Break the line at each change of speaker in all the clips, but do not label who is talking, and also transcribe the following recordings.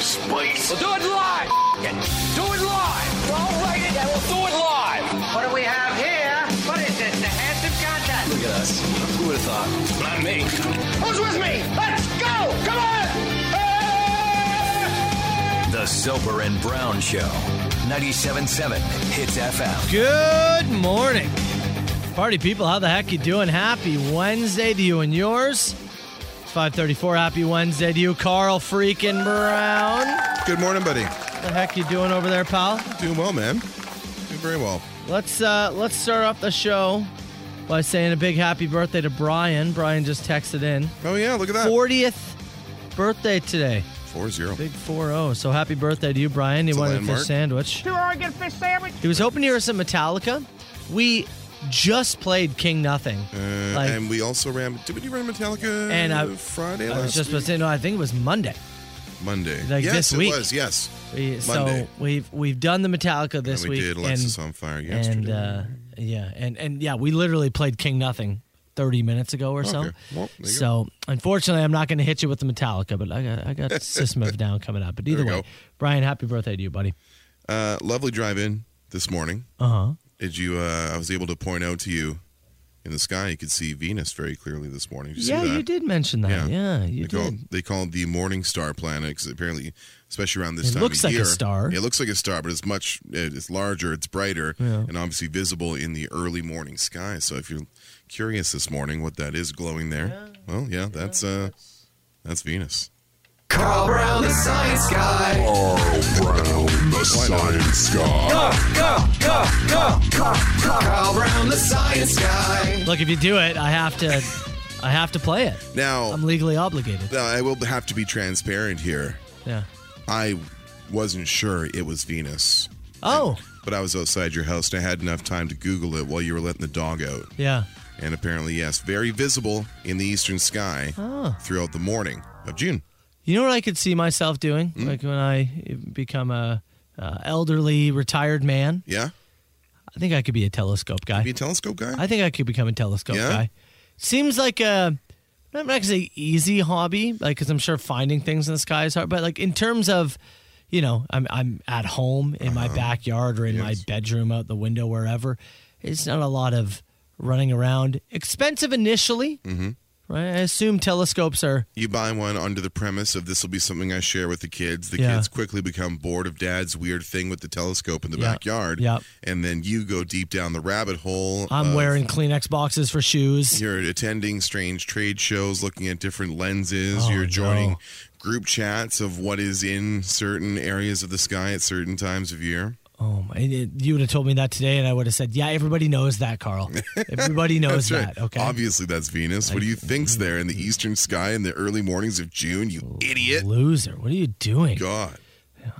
spice.
We'll do it live. F- it. Do it live. I'll write it and we'll do it live.
What do we have here? What is this? The handsome contest.
Look at us. Who would have thought? Not me.
Who's with me? Let's go! Come on! Hey!
The Soper and Brown Show. 97.7 Hits FM.
Good morning. Party people, how the heck you doing? Happy Wednesday to you and yours. It's 534. Happy Wednesday to you, Carl freaking Brown.
Good morning, buddy.
The heck you doing over there, pal?
Doing well, man. Doing very well.
Let's uh let's start off the show by saying a big happy birthday to Brian. Brian just texted in.
Oh yeah, look at that.
40th birthday today.
Four zero.
Big 4-0. So happy birthday to you, Brian. You
It's a
wanted a fish
landmark.
sandwich.
Do I get a fish sandwich?
He was hoping to hear some Metallica. We just played King Nothing.
Uh,
Like-
and we also ran. Did we run Metallica?
And I-
Friday
I
last
was Uh, just
week?
about to say, no, I think it was Monday.
Monday.
like
yes,
this
it
week.
was. Yes.
We, so
Monday.
we've we've done the Metallica this
and we
week.
did Alexis on Fire
and
yesterday.
uh, yeah, and and yeah, we literally played King Nothing thirty minutes ago or so.
Okay. Well, there you
so unfortunately, I'm not going to hit you with the Metallica, but I got I got System of a Down coming up. But either
we
way,
go.
Brian, happy birthday to you, buddy.
uh, lovely drive-in this morning.
Uh huh.
Did you? Uh, I was able to point out to you in the sky. You could see Venus very clearly this morning. Did you
Yeah,
see that?
you did mention that. Yeah,
Yeah.
you
They call,
did.
they call it the morning star planet because apparently, especially around this
It
time
looks
of
like a
year,
star.
It looks like a star, but it's much, it's larger, it's brighter, and obviously visible in the early morning sky. So if you're curious this morning what that is glowing there, well, yeah, that's uh, that's Venus.
Carl Brown, the science guy. Carl Brown, the science guy.
Look, if you do it, I have to I have to play it.
Now,
I'm legally obligated.
now, I will have to be transparent here.
Yeah.
I wasn't sure it was Venus,
Oh,
but I was outside your house and I had enough time to Google it while you were letting the dog out.
yeah.
And apparently, yes, very visible in the eastern sky throughout the morning of June.
You know what I could see myself doing?
Hmm?
Like when I become a uh, elderly retired man,
Yeah?
I think I could be a telescope guy.
Be a telescope guy?
I think I could become a telescope
Yeah?
guy. Seems like a I'm not gonna say easy hobby, like because I'm sure finding things in the sky is hard, but like in terms of, you know, I'm I'm at home in
Uh-huh.
my backyard or in my bedroom, out the window, wherever. It's not a lot of running around. Expensive initially, mm-hmm. right? I assume telescopes are
you buy one under the premise of this will be something I share with the kids. The
Yeah.
kids quickly become bored of dad's weird thing with the telescope in the
Yeah.
backyard.
Yep.
And then you go deep down the rabbit hole.
I'm
of-
wearing Kleenex boxes for shoes.
You're attending strange trade shows, looking at different lenses.
Oh,
you're joining
no.
group chats of what is in certain areas of the sky at certain times of year.
Oh, my. and it- you would have told me that today, and I would have said, "Yeah, everybody knows that, Carl. Everybody knows that." Okay.
Obviously, that's Venus. What do you think's there in the eastern sky in the early mornings of June?
Oh.
You idiot!
Loser, what are you doing?
God,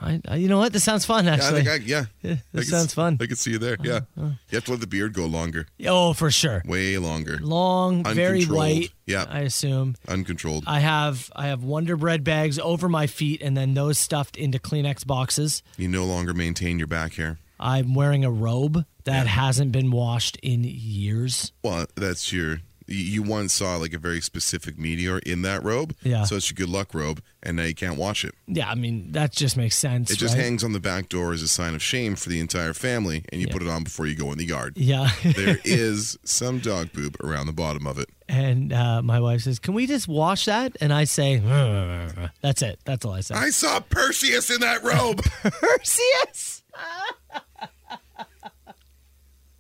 I, I, you know what? This sounds fun,
I
actually.
think I yeah.
Yeah,
I
that
could
sounds
s-
fun. Uh-huh.
I could see you there. Yeah, you have to let the beard go longer,
oh, for sure.
way longer,
Long, very
Uncontrolled.
white.
Yeah.
I assume.
uncontrolled.
I have I have Wonder Bread bags over my feet, and then those stuffed into Kleenex boxes.
you no longer maintain your back hair.
I'm wearing a robe that hasn't been washed in years.
Well, that's your. You you once saw like a very specific meteor in that robe,
Yeah.
So it's your good luck robe, and now you can't watch it.
Yeah, I mean that just makes sense.
It just
right?
hangs on the back door as a sign of shame for the entire family, and you put it on before you go in the yard.
Yeah.
there is some dog poop around the bottom of it.
And uh, my wife says, "Can we just wash that?" And I say, "Rrrr." "That's it. That's all I say."
I saw Perseus in that robe.
Perseus.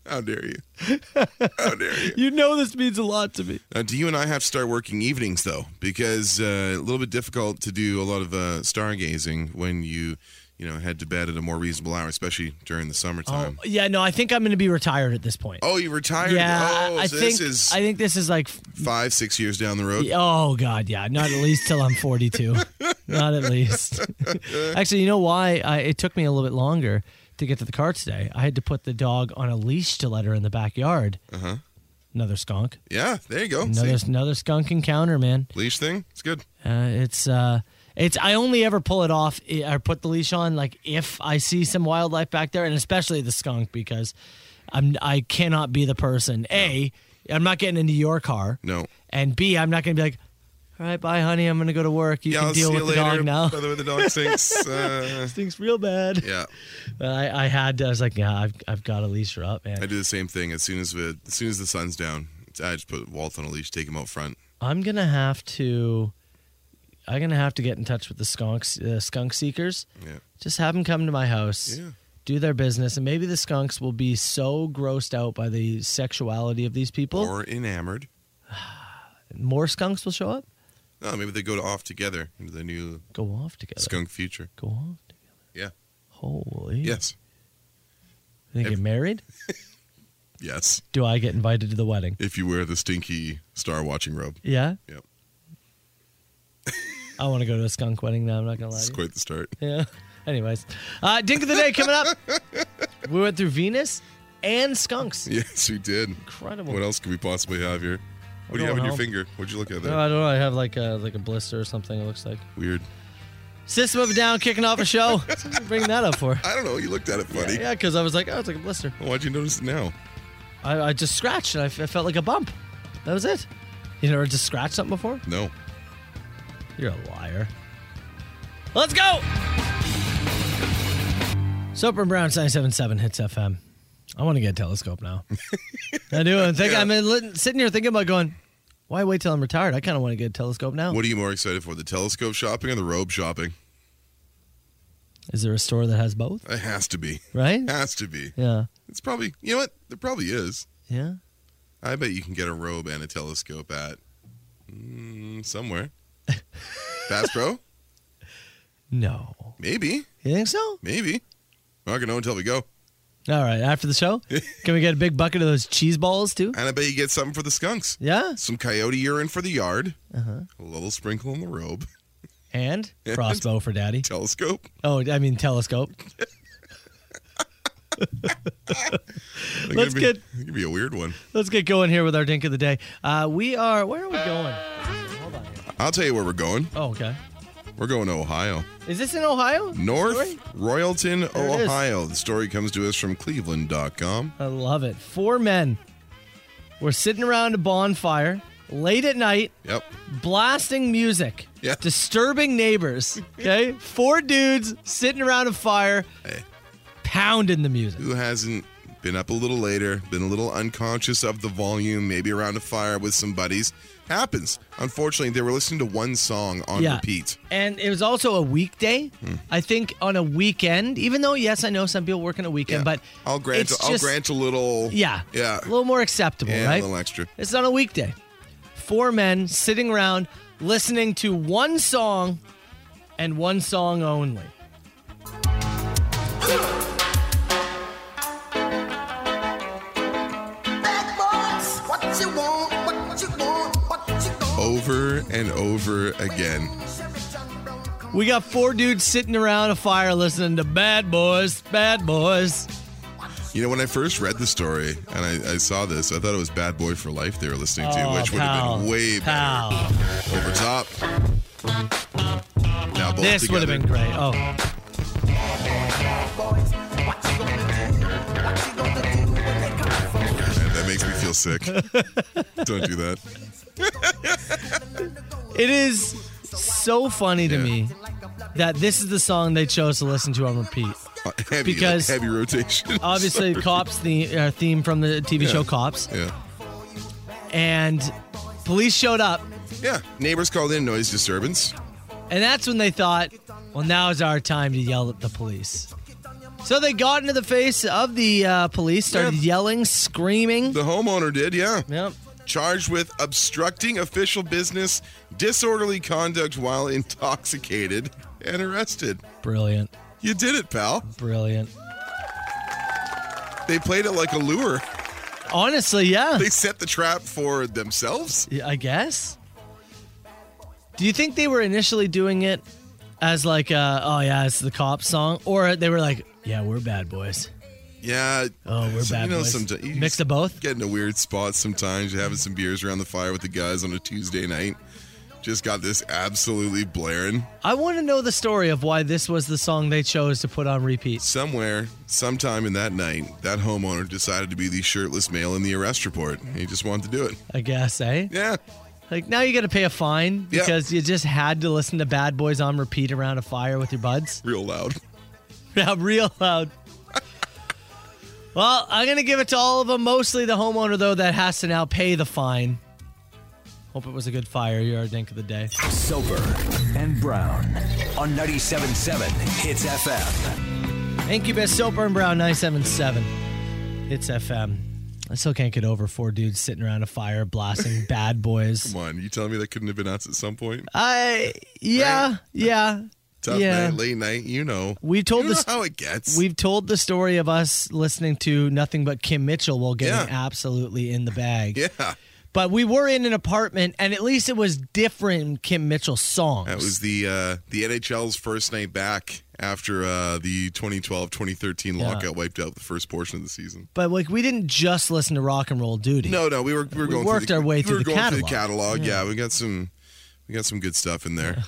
How dare you? How dare you?
You know this means a lot to me.
Uh, do you and I have to start working evenings though? Because uh, a little bit difficult to do a lot of uh, stargazing when you, you know, head to bed at a more reasonable hour, especially during the summertime. Oh,
Yeah, no, I think I'm going to be retired at this point.
you retired?
yeah,
Oh,
I
so
think
this is
I think this is like, f-
five, six years down the road.
oh god, yeah, not at least till I'm 42, not at least. Actually, you know why I, it took me a little bit longer to get to the car today? I had to put the dog on a leash to let her in the backyard. Uh huh. Another skunk,
Yeah, there you go.
another
Uh-huh. See,
another skunk encounter, man.
leash thing. It's good.
Uh, it's uh, it's I only ever pull it off i- or put the leash on like if I see some wildlife back there, and especially the skunk because I'm I cannot be the person. A, I'm not getting into your car.
No.
And B, I'm not going to be like, All right, bye, honey. I'm gonna go to work. You
yeah,
can
I'll
deal
see
with
you
the
later.
dog now.
By the way, the dog stinks. Uh,
Stinks real bad.
yeah.
But I, I had to. I was like, yeah, I've, I've got to leash her up, man.
I do the same thing as soon as the as soon as the sun's down. I just put Walt on a leash, take him out front.
I'm gonna have to. I'm gonna have to get in touch with the skunk uh, skunk seekers.
Yeah.
Just have them come to my house,
Yeah.
do their business, and maybe the skunks will be so grossed out by the sexuality of these people,
Or enamored.
more skunks will show up,
No, Oh, maybe they go to off together into the new
go off together,
skunk future.
go off together.
Yeah.
Holy.
Yes.
They get married.
Yes.
Do I get invited to the wedding?
If you wear the stinky star watching robe.
Yeah.
Yep.
I want to go to a skunk wedding now. I'm not gonna lie.
It's
to you.
quite the start.
Yeah. Anyways, uh, Dink of the Day coming up. we went through Venus and skunks.
Yes, we did.
Incredible.
What else could we possibly have here? What do you
I
have
don't
on your
know. Uh,
finger? What'd you look at there?
No, Oh, I don't know. I have like a like a blister or something. It looks like
Weird.
System of a Down kicking off a show. Bring that up for.
I don't know. You looked at it funny.
Yeah, because I was like, oh, it's like a blister.
Why'd you notice it now?
I, I just scratched and I, f- I felt like a bump. That was it. You never just scratched something before?
No.
You're a liar. Let's go! Soper and Brown 977 hits FM. I want to get a telescope now. I do. I'm, thinking, I'm li- sitting here thinking about going, why wait till I'm retired? I kind of want to get a telescope now. Is
What are you more excited for, the telescope shopping or the robe shopping?
there a store that has both?
It has to be.
Right?
Has to be.
Yeah.
It's probably, you know what? There probably is.
Yeah.
I bet you can get a robe and a telescope at mm, somewhere. Bass Pro?
No.
Maybe.
You think so?
Maybe. We're not going to know until we go.
All right. After the show, can we get a big bucket of those cheese balls too?
And I bet you get something for the skunks.
Yeah.
Some coyote urine for the yard.
Uh-huh.
A little sprinkle on the robe.
And crossbow for daddy.
Telescope.
Oh, I mean, telescope.
That's
Let's
gonna be,
get-
that's gonna be a weird one.
Let's get going here with our dink of the day. Uh, we are, where are we going? Hold on here.
I'll tell you where we're going.
Oh, okay.
We're going to Ohio.
Is this in Ohio?
North
Story?
Royalton,
it is.
Ohio. The story comes to us from cleveland.com.
I love it. Four men were sitting around a bonfire late at night,
Yep.
blasting music,
Yeah.
disturbing neighbors. Okay? Four dudes sitting around a fire, pounding the music.
Who hasn't been up a little later, been a little unconscious of the volume, maybe around a fire with some buddies? Happens. Unfortunately, they were listening to one song on repeat. Hmm.
And it was also a weekday. I think on a weekend, even though, yes, I know some people work on a weekend, but
I'll grant
it's
I'll
just-
grant a little
Yeah.
Yeah.
A little more acceptable,
Yeah, a
right?
little extra.
It's not a weekday. Four men sitting around listening to one song and one song only.
over and over Oh, again.
We got four dudes sitting around a fire listening to Bad Boys, Bad Boys.
You know, when I first read the story and I, I saw this, I thought it was Bad Boy for Life they were listening to,
Oh,
which would have
pal.
been way better.
Pal.
Over top. Now both
This would have
together.
been great. Oh.
Man, that makes me feel sick. Don't do that.
It is so funny to
Yeah.
me that this is the song they chose to listen to on repeat.
Uh, Heavy, like,
Because-
heavy rotation.
Obviously,
Sorry.
Cops the uh, theme from the TV
Yeah.
show Cops,
Yeah.
and police showed up,
Yeah. Neighbors called in noise disturbance.
and that's when they thought, "Well, now is our time to yell at the police." So they got into the face of the uh, police, started
Yeah.
yelling, screaming.
The homeowner did, yeah.
Yep.
Charged with obstructing official business, disorderly conduct while intoxicated, and arrested.
Brilliant,
You did it, pal.
brilliant.
They played it like a lure.
Honestly, yeah.
They set the trap for themselves.
Yeah, I guess. Do you think they were initially doing it as like, uh, oh yeah, it's the cop song, or they were like, yeah, we're bad boys.
Yeah.
Oh, we're
so,
bad
You know,
boys.
sometimes you
Mix of both.
Get in a weird spot sometimes. You're having some beers around the fire with the guys on a Tuesday night. Just got this absolutely blaring.
I want to know the story of why this was the song they chose to put on repeat.
Somewhere, sometime in that night, that homeowner decided to be the shirtless male in the arrest report. He just wanted to do it.
I guess, eh?
Yeah.
Like now you got to pay a fine
Yeah.
because you just had to listen to Bad Boys on repeat around a fire with your buds.
Real loud.
Yeah, real loud. well, I'm going to give it to all of them, mostly the homeowner, though, that has to now pay the fine. Hope it was a good fire. You're our dink of the day.
Soper and Brown on 97.7 Hits FM.
Incubus, Soper and Brown, 977. It's FM. I still can't get over four dudes sitting around a fire blasting bad boys.
Come on, you telling me that couldn't have been us at some point?
I, yeah, yeah.
Tough
yeah.
night, late night, you know.
We told
you know
this-
how it gets.
We've told the story of us listening to nothing but Kim Mitchell while getting
Yeah.
absolutely in the bag.
yeah,
But we were in an apartment, and at least it was different Kim Mitchell songs.
that was the uh, the NHL's first night back after uh, the 2012-2013 lockout wiped out the first portion of the season.
but like we didn't just listen to rock and roll duty.
No, no, we were we were going
worked
through
our
the,
way
we
through
were
the
going through the
catalog.
catalog. Yeah. we got some we got some good stuff in there.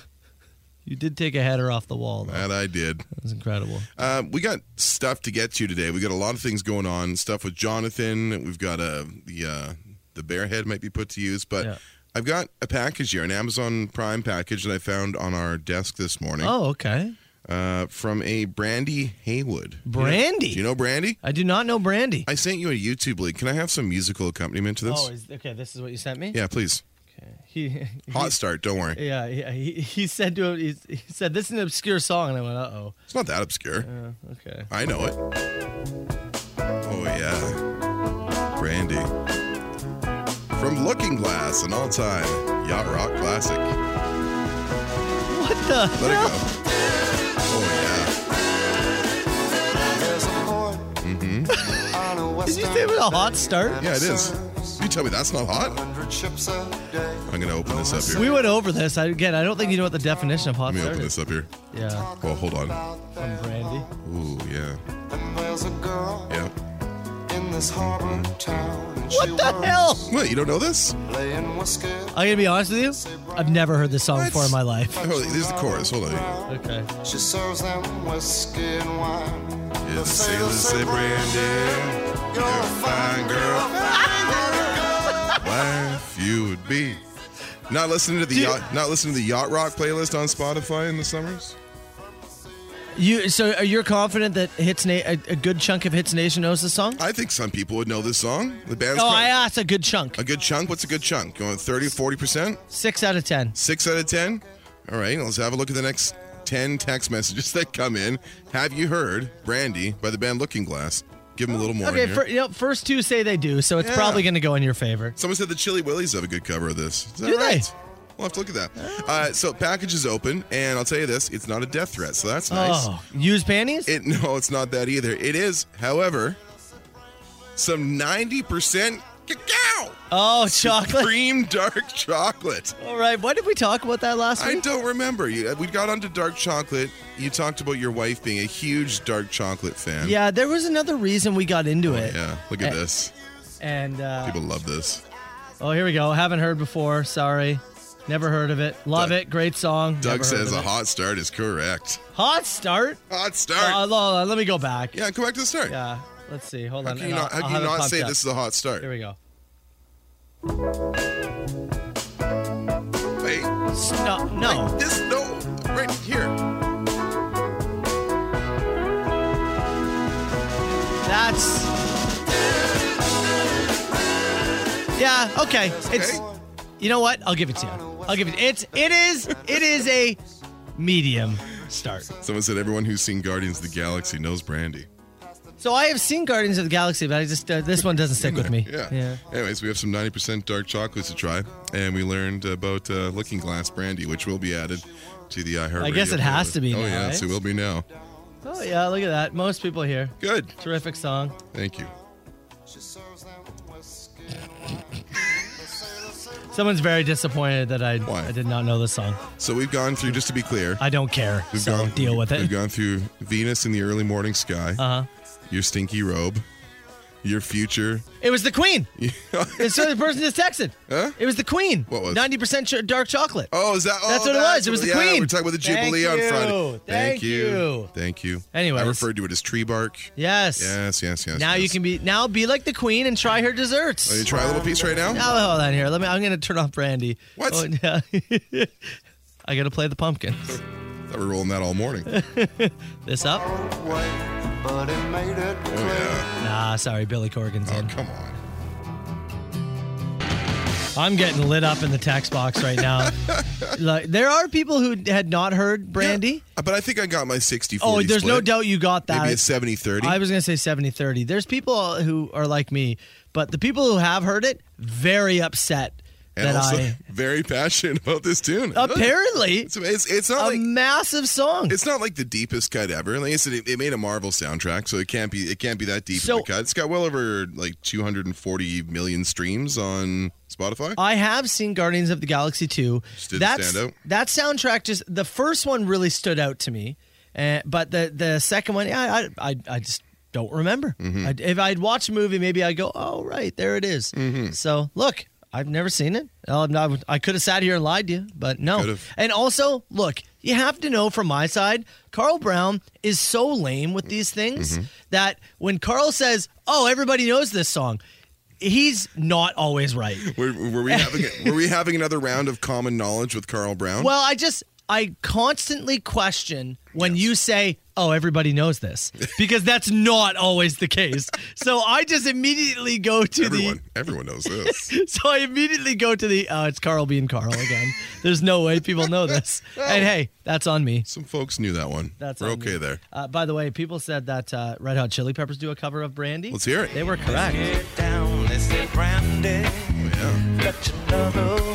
you did take a header off the wall. Though. That
That I did.
was incredible.
Uh, we got stuff to get to today. We got a lot of things going on. Stuff with Jonathan. We've got uh, the uh, the bear head might be put to use, but
Yeah.
I've got a package here, an Amazon Prime package that I found on our desk this morning
Oh, okay.
uh, from a Brandy Haywood.
Brandy.
Do you know Brandy?
I do not know Brandy.
I sent you a YouTube link. Can I have some musical accompaniment to this?
oh, is, okay. This is what you sent me.
yeah, please.
He,
Hot start. Don't worry.
yeah, yeah. He, he said to him, he, he said this is an obscure song, and I went, uh oh.
It's not that obscure.
Okay.
I know it. Oh, yeah. Brandy. From Looking Glass, an all time yacht rock classic. What the? Let it go. Oh,
Did you say it was a hot start?
yeah. Yeah, it is. You tell me that's not hot? I'm going to open this up here.
We went over this. I, again, I don't think you know what the definition of hot
Let me
start
open
is.
this up here.
Yeah,
Well, hold on.
from Brandy.
Ooh, yeah. Yeah.
What the hell?
What, you don't know this?
I'm gonna be honest with you. I've never heard this song before in my life.
Oh, there's the chorus. Hold on.
Okay.
She serves them whiskey and wine.
Yeah, the sailors say Brandy. You're a fine girl. wife you would be. Not listening to the yacht, not listening to the yacht rock playlist on Spotify in the summers.
You so are you confident that Hits Na- a, a good chunk of Hits Nation knows this song?
I think some people would know this song. The band's
Oh,
called-
I uh, asked a good chunk.
a good chunk. What's a good chunk? Going 30, 40 percent,
Six out of ten.
six out of ten. All right, let's have a look at the next ten text messages that come in. Have you heard "Brandy" by the band Looking Glass? Give them a little more.
Okay,
here.
fir- you know, first two say they do, so it's
Yeah.
probably gonna go in your favor.
Someone said the Chili Willies have a good cover of this. Is that
Do they? Oh.
right? We'll have to look at that. Uh, so package is open, and I'll tell you this: it's not a death threat, so that's nice.
Oh, use panties?
It no, it's not that either. It is, however, some ninety percent cacao,
oh, chocolate.
cream dark chocolate.
All right. What did we talk about that last
I
week?
don't remember. You- uh, We got onto dark chocolate. You talked about your wife being a huge dark chocolate fan.
Yeah, Eh. there was another reason we got into it.
Oh, Yeah. Look at this.
And uh,
People love this.
oh, here we go. Haven't heard before. Sorry. Never heard of it. Love
Doug-
it. Great song. Never
Doug
heard
says
of
a
it.
hot start is correct.
hot start.
Hot
Uh,
start.
hold on, let me go back.
Yeah, go back to the start.
Yeah, let's see. Hold
How
on.
can you
and
not,
I'll-
how
I'll
can you
have it
not
popped
say
up.
this is a hot start?
Here we go.
Wait,
S- No, no.
this no, right here.
That's. Yeah. Okay. It's.
Okay.
You know what? I'll give it to you. I'll give it. It's. It is. It is a medium start.
Someone said everyone who's seen Guardians of the Galaxy knows Brandy.
So I have seen Guardians of the Galaxy, but I just uh, this one doesn't stick with me.
Yeah.
Yeah.
Anyways, we have some 90% dark chocolates to try, and we learned about uh, Looking Glass Brandy, which will be added to the iHeartRadio.
I guess it has to be
Oh,
now,
yes,
right?
it will be now.
Oh yeah. Look at that. Most people here.
Good.
Terrific song.
Thank you.
Someone's very disappointed that I
Why?
I did not know this song.
So we've gone through, just to be clear,
I don't care.
we've
so
gone,
deal with
We've
it. Uh-huh.
gone through Venus in the early morning sky,
Uh huh.
your stinky robe, Your future.
It was the Queen. It's the person that's texted.
Huh?
It was the Queen.
What was it?
Ninety percent ch- dark chocolate.
Oh, is that? Oh,
That's what it was. It was the
yeah,
Queen.
We're talking about the
Thank
Jubilee on
you.
Friday.
Thank you.
Thank you.
Anyways.
I referred to it as tree bark.
Yes.
Yes, yes, yes.
Now you
yes.
can be now be like the Queen and try her desserts.
Oh, you try a little piece right now.
Now hold on here. Let me. I'm gonna turn off brandy.
What?
Oh, yeah. I gotta play the pumpkin.
Thought we were rolling that all morning. Oh,
This up?
away, but it made it
Oh yeah.
Nah, sorry, Billy Corgan's
Oh
in.
come on.
I'm getting lit up in the text box right now. Like, there are people who had not heard brandy.
Yeah, but I think I got my 60
Oh, there's no
split.
doubt you got that.
Maybe a 70 30.
I was going to say 70 30. There's people who are like me, but the people who have heard it, very upset
and
that
also
I.
very passionate about this tune.
Apparently,
It's, it's, it's not
a
like
massive song.
it's not like the deepest cut ever. Like I said, it, it made a Marvel soundtrack, so it can't be it can't be that deep
So-
of a cut. It's got well over like 240 million streams on Spotify.
I have seen Guardians of the Galaxy 2.
Just didn't
That's-
stand out.
That soundtrack just, the first one really stood out to me. Uh, but the, the second one, yeah, I, I, I just don't remember.
Mm-hmm.
I, if I'd watched a movie, maybe I'd go, oh, right, there it is."
Mm-hmm.
So look, I've never seen it. I'm not- I could have sat here and lied to you, but no.
Could've.
And also, look, you have to know from my side, Carl Brown is so lame with these
Mm-hmm.
things that when Carl says, oh, everybody knows this song, he's not always right.
Were, were we having a- were we having another round of common knowledge with Carl Brown?
Well, I just I constantly question when you say, "Oh, everybody knows this," because that's not always the case. so I just immediately go to
everyone everyone knows this.
the. So I immediately go to the. Oh, it's Carl being Carl again. There's no way people know this. And hey, that's on me.
Some folks knew that one.
That's
we're
on
okay
me.
there.
Uh, by the way, people said that uh, Red Hot Chili Peppers do a cover of Brandy.
Let's hear it.
They were correct.
Oh, yeah.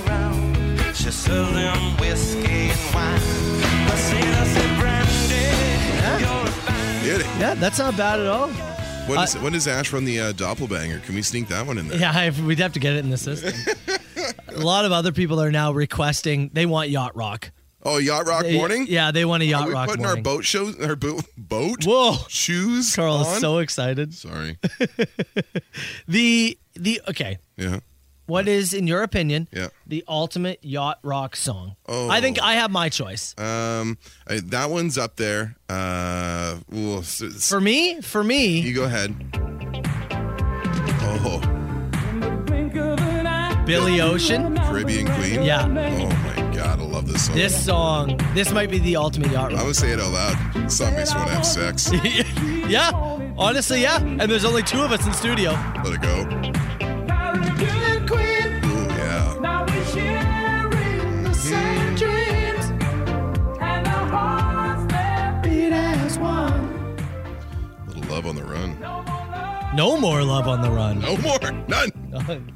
Get it.
Yeah, that's not bad at all.
When
Uh,
is- when does Ash run the uh, doppelbanger? Can we sneak that one in there?
Yeah, I, we'd have to get it in the system. a lot of other people are now requesting they want yacht rock.
Oh, yacht rock
They-
morning.
Yeah, they want a yacht
Are we
rock
putting
morning.
our boat shows, our boat, boat
Whoa,
shoes.
Carl
on?
is so excited.
sorry.
The the okay,
Yeah.
what is in your opinion?
Yeah.
The ultimate yacht rock song.
Oh.
I think I have my choice.
Um, I, that one's up there. Uh, ooh, s- s-
for me, for me,
you go ahead. Oh,
Billy Ocean.
Caribbean Queen.
Yeah.
Oh my God, I love this song.
This song, this might be the ultimate yacht
I'm
rock.
gonna say it out loud. Some makes me want to have sex. Let
yeah, honestly, yeah. And there's only two of us in studio.
it go. Ooh, yeah. Little love on the run.
No more love on the run.
No more. None.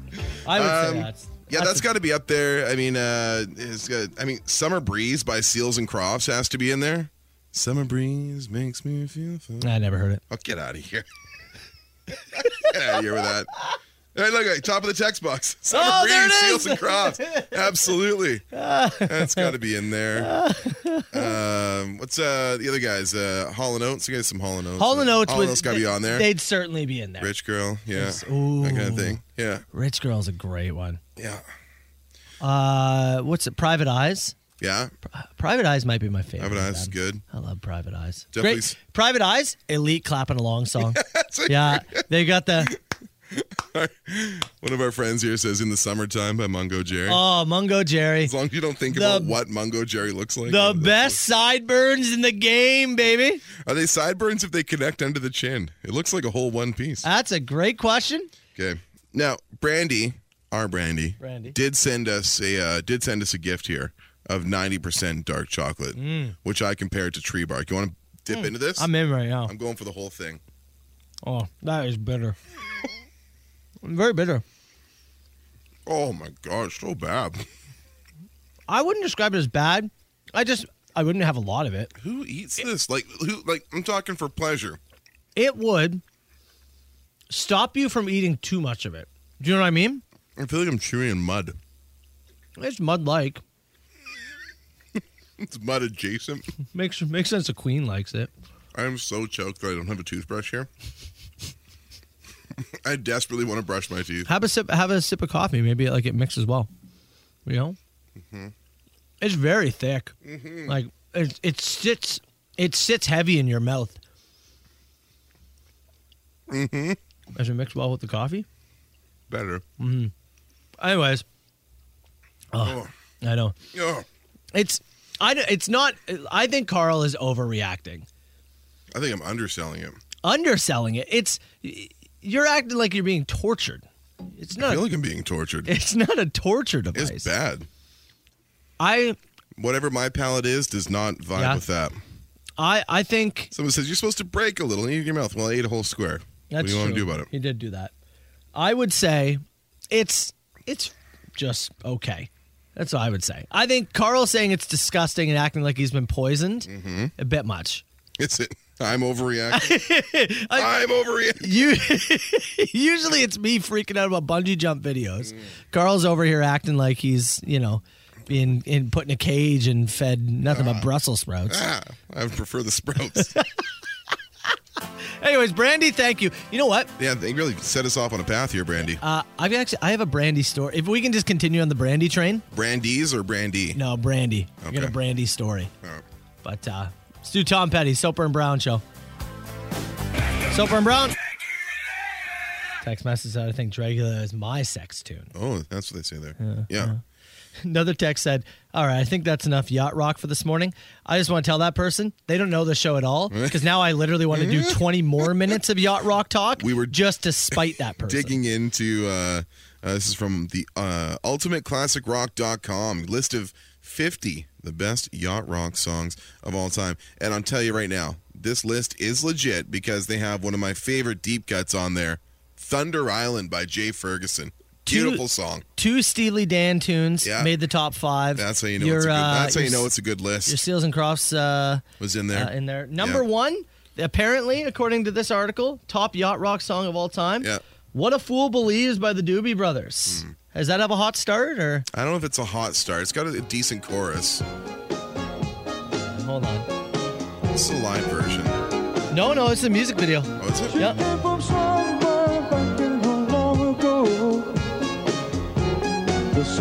I would say
Um,
that's
Yeah, that's got to be up there. I mean, uh, it's got, I mean, "Summer Breeze" by Seals and Crofts has to be in there. Summer breeze makes me feel. Fine.
I never heard it.
Oh, get out of here! get out of here with that. Hey, look at top of the text box. Summer
Oh,
breeze,
there it is!
Seals and Crofts. Absolutely, that's got to be in there. Um, what's uh, the other guys? Uh, Hall and Oats. You guys, some Hall and Oates.
Hall and Oates
Hall and
was-
Oates got to be on there.
They'd certainly be in there.
Rich girl, yeah,
Ooh.
that kind of thing. Yeah,
Rich Girl's a great one.
yeah,
Uh, what's it? Private Eyes.
yeah.
Private Eyes might be my favorite.
Having
of
eyes is
them.
good.
I love Private Eyes.
Definitely s-
Great. Private Eyes, elite clapping along song. yeah, they got the
One of our friends here says "In the Summertime" by Mungo Jerry.
oh Mungo Jerry,
as long as you don't think
the-
about what Mungo Jerry looks like.
the
that's-
best sideburns in the game, baby.
Are they sideburns if they connect under the chin? It looks like a whole one piece.
That's a great question.
Okay. Now, Brandy, our Brandy,
Brandy.
did send us a uh, did send us a gift here of ninety percent dark chocolate, which I compared to tree bark. You want to dip into this?
Mm. I'm in right now.
I'm going for the whole thing.
Oh, that is bitter. Very bitter.
Oh my gosh, so bad.
I wouldn't describe it as bad. I just I wouldn't have a lot of it.
Who eats this? Like who? Like I'm talking for pleasure.
It would stop you from eating too much of it. Do you know what I mean?
I feel like I'm chewing in mud.
It's mud like.
It's mud adjacent.
Makes makes sense. The Queen likes it.
I am so choked that I don't have a toothbrush here. I desperately want to brush my teeth.
Have a sip. Have a sip of coffee. Maybe like it mixes well. You know,
Mm-hmm.
it's very thick. Like it, it sits. It sits heavy in your mouth. Mm-hmm. Does it mix well with the coffee?
Better.
Anyways,
Oh.
I know
Oh.
it's. I. don't- It's not. I think Carl is overreacting.
I think I'm underselling it.
underselling it. It's you're acting like you're being tortured. It's
I
not.
feel like I'm being tortured.
it's not a torture device.
It's bad.
I
Whatever my palate is does not vibe
Yeah.
with that.
I I think
Someone says you're supposed to break a little and eat your mouth. Well, I ate a whole square.
that's
what do you want to
true.
do about
He
it?
did do that. I would say it's it's just okay. That's what I would say. I think Carl saying it's disgusting and acting like he's been poisoned
Mm-hmm.
a bit much.
It's it. I'm overreacting.
I-
I'm overreacting.
You usually it's me freaking out about bungee jump videos.
Mm.
Carl's over here acting like he's you know being in put in a cage and fed nothing but Brussels sprouts.
Ah, I would prefer the sprouts.
Anyways, Brandy, thank you. You know what?
yeah, they really set us off on a path here, Brandy.
Uh, I've actually I have a Brandy story. If we can just continue on the Brandy train.
Brandy's or Brandy?
No, Brandy. I got a
Okay.
Brandy story.
Oh.
But uh, let's do Tom Petty, Soper and Brown show. Soper and Brown. Text message said, I think Dragula is my sex tune.
Oh, that's what they say there. yeah.
Another text said, All right, I think that's enough yacht rock for this morning. I just want to tell that person they don't know the show at all because now I literally want to do 20 more minutes of yacht rock talk.
We were
just to spite that person.
digging into uh, uh, this is from the uh, ultimateclassicrock.com list of 50 the best yacht rock songs of all time and i'll tell you right now this list is legit because they have one of my favorite deep cuts on there thunder island by jay ferguson beautiful song
Two Steely Dan tunes
Yeah.
made the top five.
that's how you know
Your,
it's a good,
uh,
that's how you
your-
know it's a good list
your Seals and Crofts uh,
was in there
uh, in there. Number
Yeah.
one, apparently, according to this article, top yacht rock song of all time.
Yeah.
What a Fool Believes by the Doobie Brothers.
Hmm.
Does that have a hot start or?
i don't know if it's a hot start it's got a, decent chorus
Hold on.
it's a live version oh
No, no, it's a music video.
is it
Yep.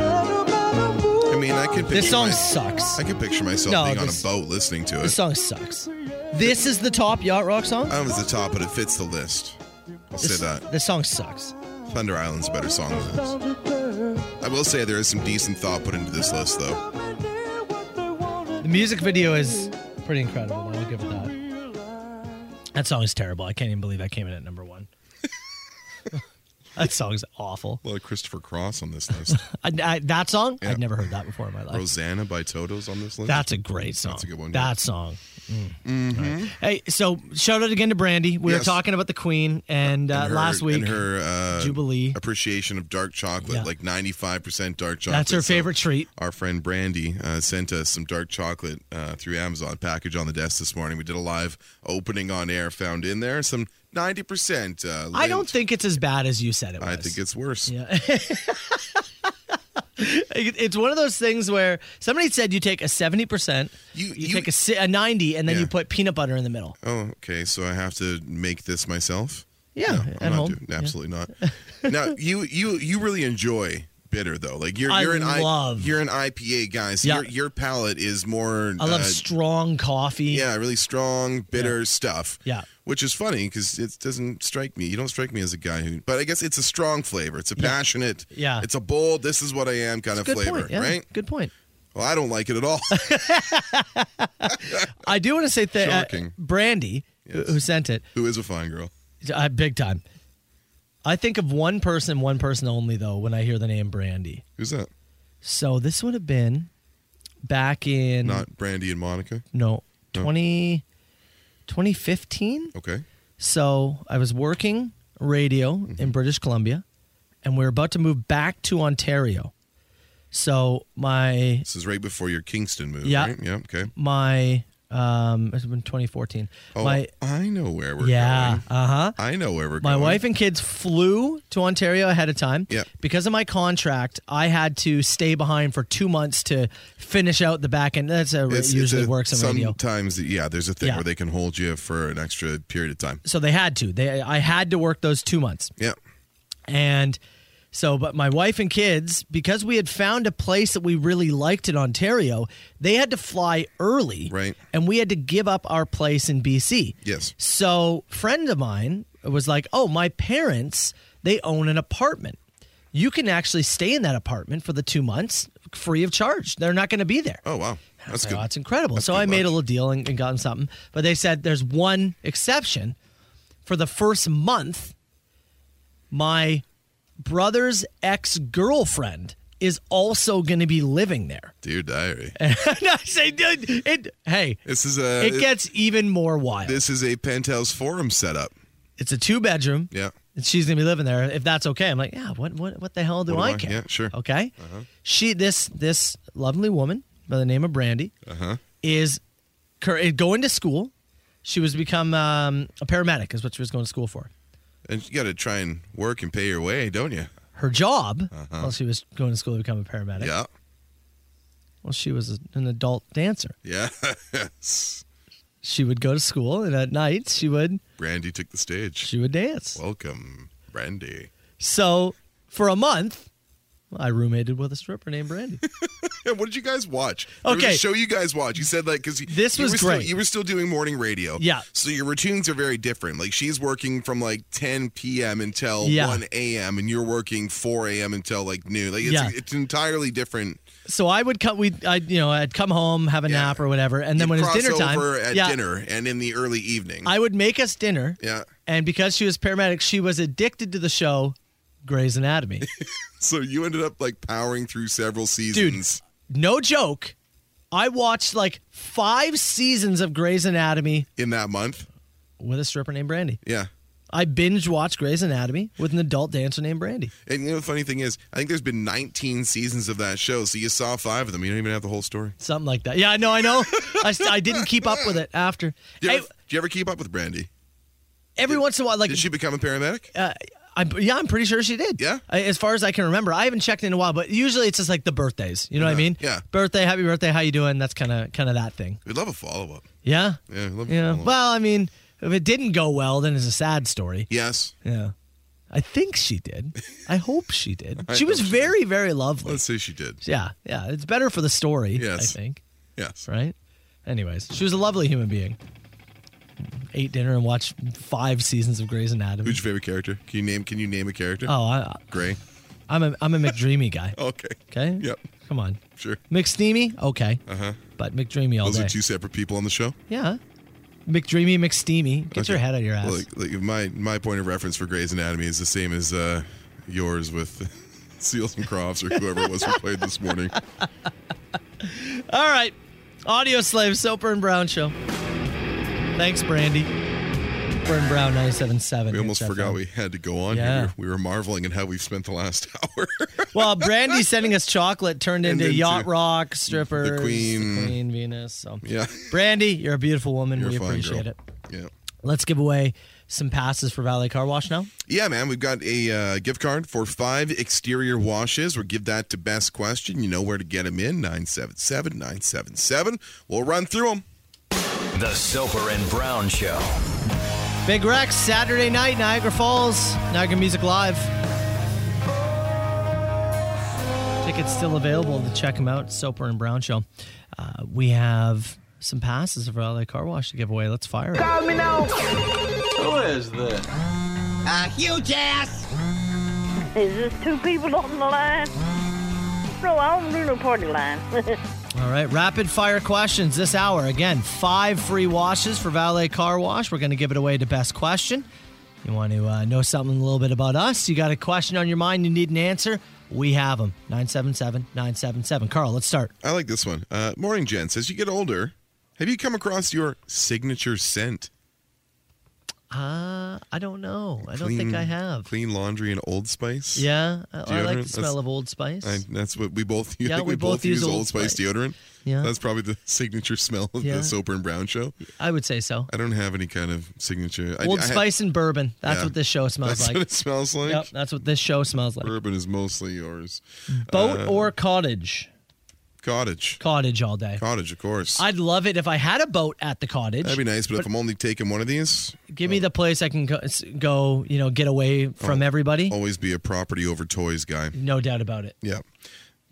i mean i could picture
This song
my-
sucks.
i could picture myself
No,
being
this-
on a boat listening to it
This song sucks. This is the top yacht rock song.
I was the top, but it fits the list. I'll
This,
say that.
this song sucks.
Thunder Island's a better song than this. I will say there is some decent thought put into this list, though.
The music video is pretty incredible. though, I'll give it that. That song is terrible. I can't even believe that came in at number one. that song's awful.
A lot of Christopher Cross on this list.
I, I- that song,
Yeah.
I'd never heard that before in my life.
Rosanna by Toto's on this list.
That's a great song.
That's a good one, yeah. Mm-hmm.
That song. Mm. All right. Hey, so shout out again to Brandy. We were
Yes.
talking about the Queen, and, uh,
And her-
last week
And her uh,
Jubilee.
appreciation of dark chocolate,
Yeah.
like 95% dark chocolate.
That's her
So
favorite treat.
Our friend Brandy uh, sent us some dark chocolate uh, through Amazon package on the desk this morning. We did a live opening on air, found in there some 90%. Uh,
I don't
lint.
think it's as bad as you said it was.
I think it's worse.
Yeah. It- it's one of those things where somebody said you take a 70%,
You-
you,
you-
take a, si- a 90, and then
Yeah.
you put peanut butter in the middle.
Oh, okay. So I have to make this myself.
Yeah,
No,
at
I'm not
home.
doing- absolutely not. now you you you really enjoy bitter though. Like you're
I
you're an I-
love-
you're an IPA guy. So
Yeah.
your your palate is more.
I love
uh,
strong coffee.
yeah, really strong bitter stuff.
Yeah.
which is funny because it doesn't strike me. You don't strike me as a guy who. But I guess it's a strong flavor. It's a passionate.
Yeah.
it's a bold. This is what I am kind of
Good
flavor,
point. Yeah,
right?
Good point.
Well, I don't like it at all.
I do want to say that uh,
Shocking.
Brandy, who-
Yes.
who sent it,
who is a fine girl?
uh, big time. I think of one person, one person only, though, when I hear the name Brandy.
Who's that?
So this would have been back in,
Not Brandy and Monica.
no, 20, 2015.
Okay.
So I was working radio
Mm-hmm.
in British Columbia, and we were about to move back to Ontario. So my
This is right before your Kingston move,
Yeah.
right? Yeah, okay.
my uh, Um, it's been 2014.
Oh,
my
I know where we're
yeah,
going.
uh huh.
I know where we're
My
going.
wife and kids flew to Ontario ahead of time.
Yeah.
Because of my contract, I had to stay behind for two months to finish out the back end. That's how it
It's-
usually
it's a-
works in radio.
sometimes, yeah, there's a thing
Yeah.
where they can hold you for an extra period of time.
so they had to. They I had to work those two months.
Yeah.
And so, but my wife and kids, because we had found a place that we really liked in Ontario, they had to fly early.
Right.
And we had to give up our place in BC.
Yes.
So, friend of mine was like, "Oh, my parents, they own an apartment. You can actually stay in that apartment for the 2 months free of charge. They're not going to be there."
Oh wow, that's
So
good.
It's incredible. so
good
I made a
luck.
little deal and, and got him something. But they said there's one exception. For the first month, my brother's ex girlfriend is also going to be living there.
Dear diary,
and I say, dude, it, hey,
this is a
it gets even more wild.
this is a penthouse forum setup.
it's a two bedroom.
Yeah.
And she's gonna be living there if that's okay. I'm like, yeah. What what what the hell do
What do
I
I-
care?
yeah, sure. Uh-huh.
Okay. She this this lovely woman by the name of Brandy
Uh-huh.
is cur- eh, going to school. She was become um, a paramedic is what she was going to school for.
And you got to try and work and pay your way, don't you?
Her job while she was going to school to become a paramedic.
Uh-huh. Yeah,
Well, she was an adult dancer.
yeah.
She would go to school and at night she would
Brandy took the stage.
she would dance.
Welcome, Brandy.
so for a month, I roommated with a stripper named Brandy.
Yeah, what did you guys watch? There was a
Okay.
show you guys watch. You said like because
This
you
was
were still-
great.
you were still doing morning radio.
Yeah.
So your routines are very different. Like she's working from like 10 p.m. until
Yeah.
1 a.m. and you're working 4 a.m. until like noon. Like it's,
Yeah.
it's entirely different.
so I would come. We, I, you know, I'd come home, have a
Yeah.
nap or whatever, and then
You
when it's
cross
dinner time,
over at
yeah,
dinner and in the early evening.
I would make us dinner.
yeah.
And because she was paramedic, she was addicted to the show Grey's Anatomy.
So you ended up like powering through several seasons.
no joke. I watched like five seasons of Grey's Anatomy
in that month.
with a stripper named Brandy.
Yeah.
I binge watched Grey's Anatomy with an adult dancer named Brandy.
And you know the funny thing is, I think there's been 19 seasons of that show, so you saw five of them. You don't even have the whole story.
Something like that. Yeah, I know, I know. I, st- I didn't keep up with it after.
Do you,
Hey,
ever, do you ever keep up with Brandy?
every once in a while, like
Did she become a paramedic?
Uh, I'm, yeah, I'm pretty sure she did.
Yeah?
I, as far as I can remember, I haven't checked in a while, but usually it's just like the birthdays. You know what I mean?
yeah.
Birthday, happy birthday, how you doing? That's kind of kind of that thing.
We'd love a follow up.
Yeah.
Yeah, love
Yeah.
follow-up.
Well, I mean, if it didn't go well, then it's a sad story.
Yes.
Yeah. I think she did. I hope she did. She was very, very lovely.
Let's say she did.
yeah. Yeah. It's better for the story.
Yes.
I think.
Yes.
Right. Anyways, she was a lovely human being. Ate dinner and watched five seasons of Grey's Anatomy.
Who's your favorite character? Can you name Can you name a character?
Oh, I,
Gray.
I'm a I'm a McDreamy guy.
Okay.
Okay.
Yep.
Come on.
Sure.
McSteamy, okay. Uh huh. But McDreamy all
Those
day.
are two separate people on the show.
yeah. McDreamy, McSteamy. Get your
Okay.
head out of your ass.
Like, like my my point of reference for Grey's Anatomy is the same as uh, yours with Seals and Crofts or whoever it was who played this morning.
All right. Audio Slave, Soper and Brown Show. Thanks, Brandy. Soper and Brown 977.
We almost
It's
forgot
FM.
we had to go on
Yeah.
here. We were marveling at how we've spent the last hour.
Well, Brandy sending us chocolate turned
And
into
then
Yacht
to
Rock, strippers,
Queen.
Queen, Venus. So.
yeah.
Brandy, you're a beautiful woman.
You're
we
a fine
appreciate
girl.
it.
Yeah.
Let's give away some passes for Valley Car Wash now.
Yeah, man, we've got a uh, gift card for five exterior washes. We'll give that to Best Question. You know where to get them in 977 977. We'll run through them.
The Soper and Brown Show.
Big Rex, Saturday night, Niagara Falls, Niagara Music Live. Tickets still available to check them out. Soper and Brown Show. Uh, we have some passes for LA Car Wash to give away. Let's fire it.
Is this two people on the line? No, I don't do no party line.
All right, rapid fire questions this hour. Again, five free washes for Valet Car Wash. We're going to give it away to Best Question. You want to uh, know something a little bit about us? You got a question on your mind, you need an answer? We have them. 977 977. Carl, let's start.
I like this one. Uh, morning, gents. As you get older, have you come across your signature scent?
Uh, I don't know. I don't
Clean-
think I have.
Clean laundry and Old Spice.
Yeah, I, I like
Deodorant,
the smell
that's-
of Old Spice.
I, that's what we both use.
Yeah,
I think
we both use Old
Old Spice,
Spice.
deodorant.
Yeah.
That's probably the signature smell of
Yeah.
the Soper and Brown show.
I would say so.
I don't have any kind of signature. I,
Old
I had-
Spice and bourbon. That's
Yeah.
what this show
that's
smells like.
what it smells like.
Yep, that's what this show smells like.
Bourbon is mostly yours.
Boat
uh,
or cottage?
Cottage.
Cottage all day.
Cottage, of course.
I'd love it if I had a boat at the cottage.
That'd be nice, but, if I'm only taking one of these,
Give me the place I can go, s- go you know, get away from
Oh.
everybody.
always be a property over toys guy.
No doubt about it.
Yeah.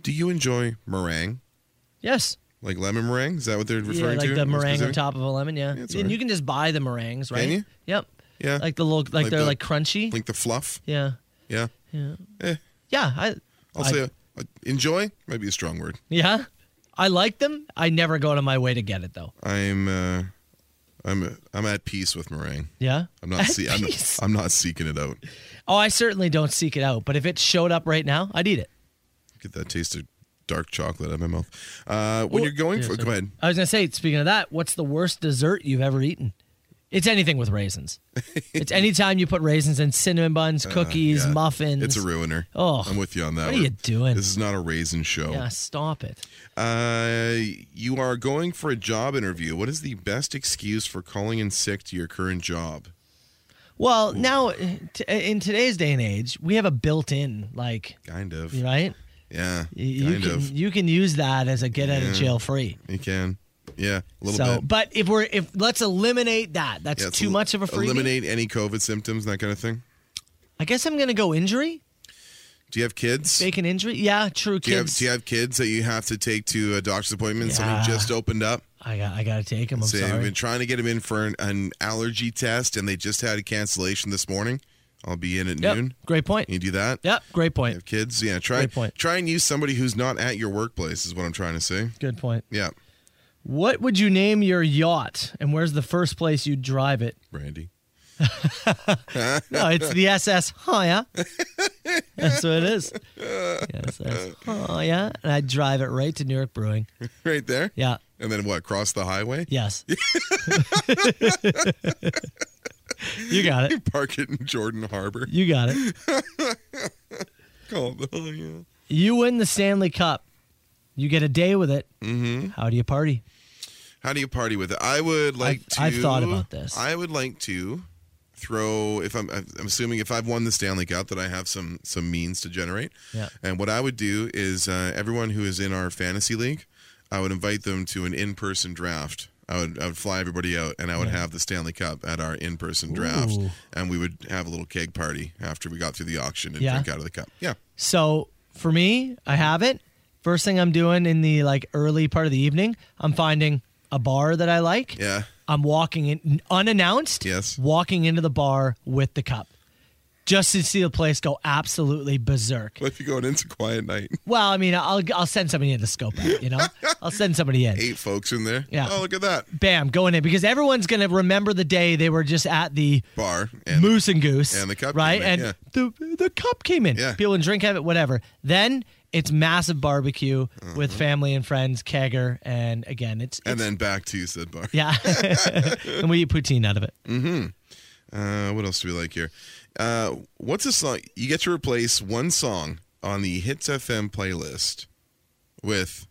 Do you enjoy meringue?
Yes.
Like lemon meringue? Is that what they're
Yeah,
referring
like
to?
the
in
meringue on
specific?
top of a lemon, yeah.
it's
and
alright.
you can just buy the meringues, right?
you?
Yep.
Yeah.
Like the little, like,
Like
they're
the-
like crunchy.
Like the fluff?
yeah.
Yeah.
Yeah.
Eh,
Yeah. I,
I'll
I-
say uh, uh, enjoy might be a strong word.
Yeah. I like them. I never go out of my way to get it though.
I'm uh, I'm I'm at peace with meringue.
Yeah.
I'm not see- I'm,
Peace.
I'm not seeking it out.
Oh, I certainly don't seek it out, but if it showed up right now, I'd eat it.
Get that taste of dark chocolate out of my mouth. Uh,
Well-
when you're going
Yeah,
for
sorry.
go ahead.
I was gonna say, speaking of that, what's the worst dessert you've ever eaten? It's anything with raisins. it's anytime you put raisins in cinnamon buns, cookies,
Uh, Yeah.
muffins.
It's a ruiner.
Oh,
I'm with you on that.
what are
one.
you doing?
This is not a raisin show.
Yeah, stop it.
Uh, you are going for a job interview. What is the best excuse for calling in sick to your current job?
Well, now t- in today's day and age, we have a built-in like,
Kind of.
right?
Yeah.
Y- You
kind
can
of.
you can use that as a get out of jail free.
You can. Yeah. A little
So,
bit.
but if we're if let's eliminate that, that's
Yeah, it's
too
el-
much of a freebie.
Eliminate any COVID symptoms, that kind of thing.
I guess I'm gonna go injury,
Do you have kids?
fake an injury. Yeah, true.
do you, have,
Kids,
do you have kids that you have to take to a doctor's appointment? Something
Yeah.
just opened up.
I got I gotta take him. I'm
Say,
sorry.
I've been trying to get him in for an, an allergy test, and they just had a cancellation this morning. I'll be in at
Yep,
noon.
Great point.
Can you do that?
Yep, great
You
point.
have kids? Yeah. Try
Great point.
try and use somebody who's not at your workplace. Is what I'm trying to say.
Good point.
Yeah.
What would you name your yacht, and where's the first place you'd drive it?
Brandy.
No, it's the SS Haya. That's what it is. SS Haya, and I'd drive it right to New York Brewing.
Right there.
Yeah.
And then what? Cross the highway.
Yes. you got it.
Park it in Jordan Harbor.
You got it.
Call the- oh, yeah.
You win the Stanley Cup. You get a day with it. Mm-hmm. How do you party?
How do you party with it? I would like to.
I've thought about this.
I would like to throw. If I'm, I'm assuming if I've won the Stanley Cup, that I have some some means to generate.
Yeah.
And what I would do is uh, everyone who is in our fantasy league, I would invite them to an in person draft. I would, I would fly everybody out and I would have the Stanley Cup at our in person draft.
Ooh.
And we would have a little keg party after we got through the auction and
Yeah.
drink out of the cup. Yeah.
So for me, I have it. First thing I'm doing in the like early part of the evening, I'm finding a bar that I like.
Yeah.
I'm walking in unannounced.
Yes.
Walking into the bar with the cup. Just to see the place go absolutely berserk.
What if you're going into quiet night?
Well, I mean, I'll I'll send somebody in to scope out, you know? I'll send somebody in.
Eight folks in there.
Yeah.
Oh, look at that
Bam, going in because everyone's going to remember the day they were just at the
bar. And
Moose and Goose.
and the cup
Right?
came in,
and
yeah.
the the cup came in.
Yeah.
People can drink out of it, whatever. Then it's massive barbecue with family and friends, kegger, and again it's,
Uh-huh. And
it's-
then back to you, said Bar.
yeah. and we eat poutine out of it.
Uh, what else do we like here? Uh, what's a song? You get to replace one song on the Hits FM playlist with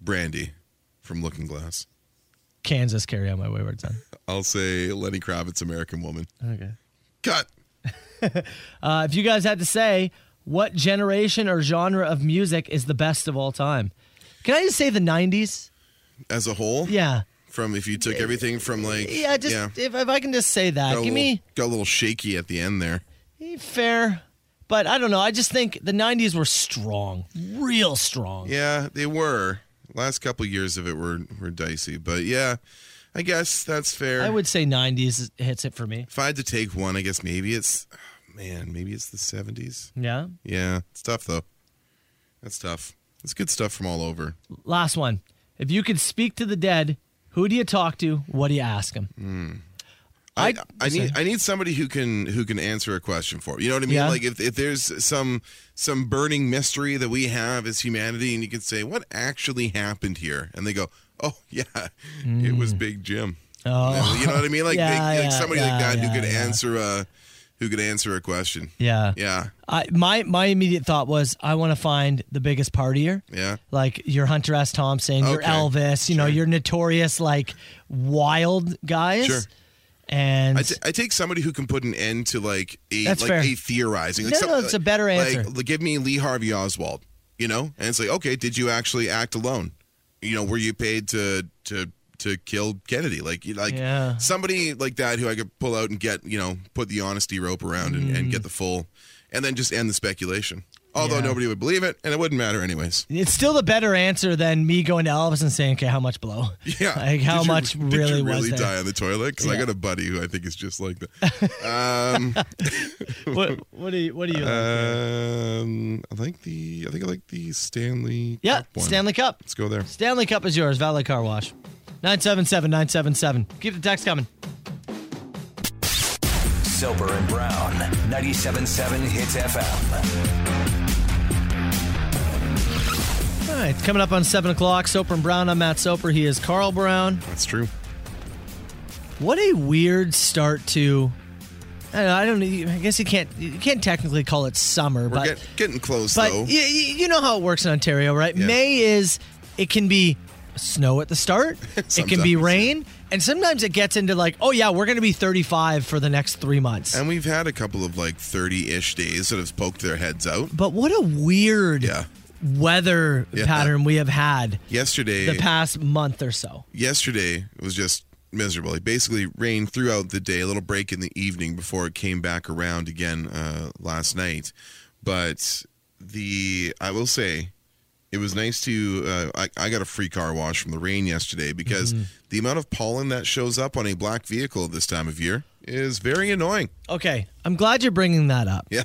Brandy from Looking Glass.
Kansas carry on my wayward son.
I'll say Lenny Kravitz, American Woman.
Okay.
Cut.
Uh, if you guys had to say what generation or genre of music is the best of all time, can I just say the '90s?
As a whole,
Yeah,
From if you took everything from like
yeah. Just If, if I can just say that,
got, a
give
little,
me
got a little shaky at the end there.
eh, fair. But I don't know. I just think the '90s were strong, real strong.
Yeah, they were. Last couple years of it were were dicey, but yeah, I guess that's fair.
I would say '90s hits it for me.
If I had to take one, I guess maybe it's, oh, man, maybe it's the seventies.
Yeah.
Yeah, it's tough though. That's tough. It's good stuff from all over.
Last one. If you could speak to the dead, who do you talk to? What do you ask them?
I,
I-
Hmm. I, need I need somebody who can who can answer a question for me. You know what I mean?
Yeah.
Like if, if there's some some burning mystery that we have as humanity, and you can say what actually happened here, and they go, oh yeah, it was Big Jim.
Hmm. Oh,
You know what I mean? Like,
Yeah,
they- like
yeah,
somebody like
yeah,
that who
yeah,
could
yeah.
answer a who could answer a question.
yeah.
Yeah,
I, my my immediate thought was, I want to find the biggest partier.
yeah.
Like your Hunter S. Thompson, your
Okay,
Elvis, you know,
sure.
your notorious like wild guys.
Sure.
And
I, t- I take somebody who can put an end to like a
That's
like
fair.
a theorizing. Like
No,
some-
no, it's a better answer.
Like, give me Lee Harvey Oswald. You know, and it's like, okay, did you actually act alone? You know, were you paid to to to kill Kennedy? Like, you like
Yeah.
somebody like that who I could pull out and get you know put the honesty rope around and, and get the full, and then just end the speculation. Although
Mm. Yeah.
nobody would believe it, and it wouldn't matter anyways.
it's still the better answer than me going to Elvis and saying, "Okay, how much blow?
Yeah.
like how
Did you-
much
did
really,
you really
was
die
there?
on the toilet? Because I
Yeah.
got a buddy who I think is just like that. um,
What what do you what do you?
Uh,
like?
Um, I like the I think I like the Stanley.
Yeah,
Cup one.
Stanley Cup.
Let's go there.
Stanley Cup is yours. Valet Car Wash. 977 977. Keep the text coming.
Soper and Brown, 97.7 Hits FM.
All right, coming up on 7 o'clock. Soper and Brown. I'm Matt Soper. He is Carl Brown.
That's true.
What a weird start to. I don't, know, I don't. even- I guess you can't. You can't technically call it summer,
We're
but
get, getting close
but
though.
y- y- you know how it works in Ontario, right?
Yeah.
May is it can be snow at the start, it can be
Sometimes.
rain, and sometimes it gets into like, oh yeah, we're going to be 35 for the next three months.
And we've had a couple of like thirty-ish days that have poked their heads out.
but what a weird
Yeah.
weather
Yeah.
pattern we have had the
Yesterday,
past month or so.
yesterday was just miserable. It basically rained throughout the day. A little break in the evening before it came back around again uh, last night. But the I will say it was nice to uh, I, I got a free car wash from the rain yesterday because
Mm-hmm.
the amount of pollen that shows up on a black vehicle this time of year is very annoying
Okay, I'm glad you're bringing that up.
yeah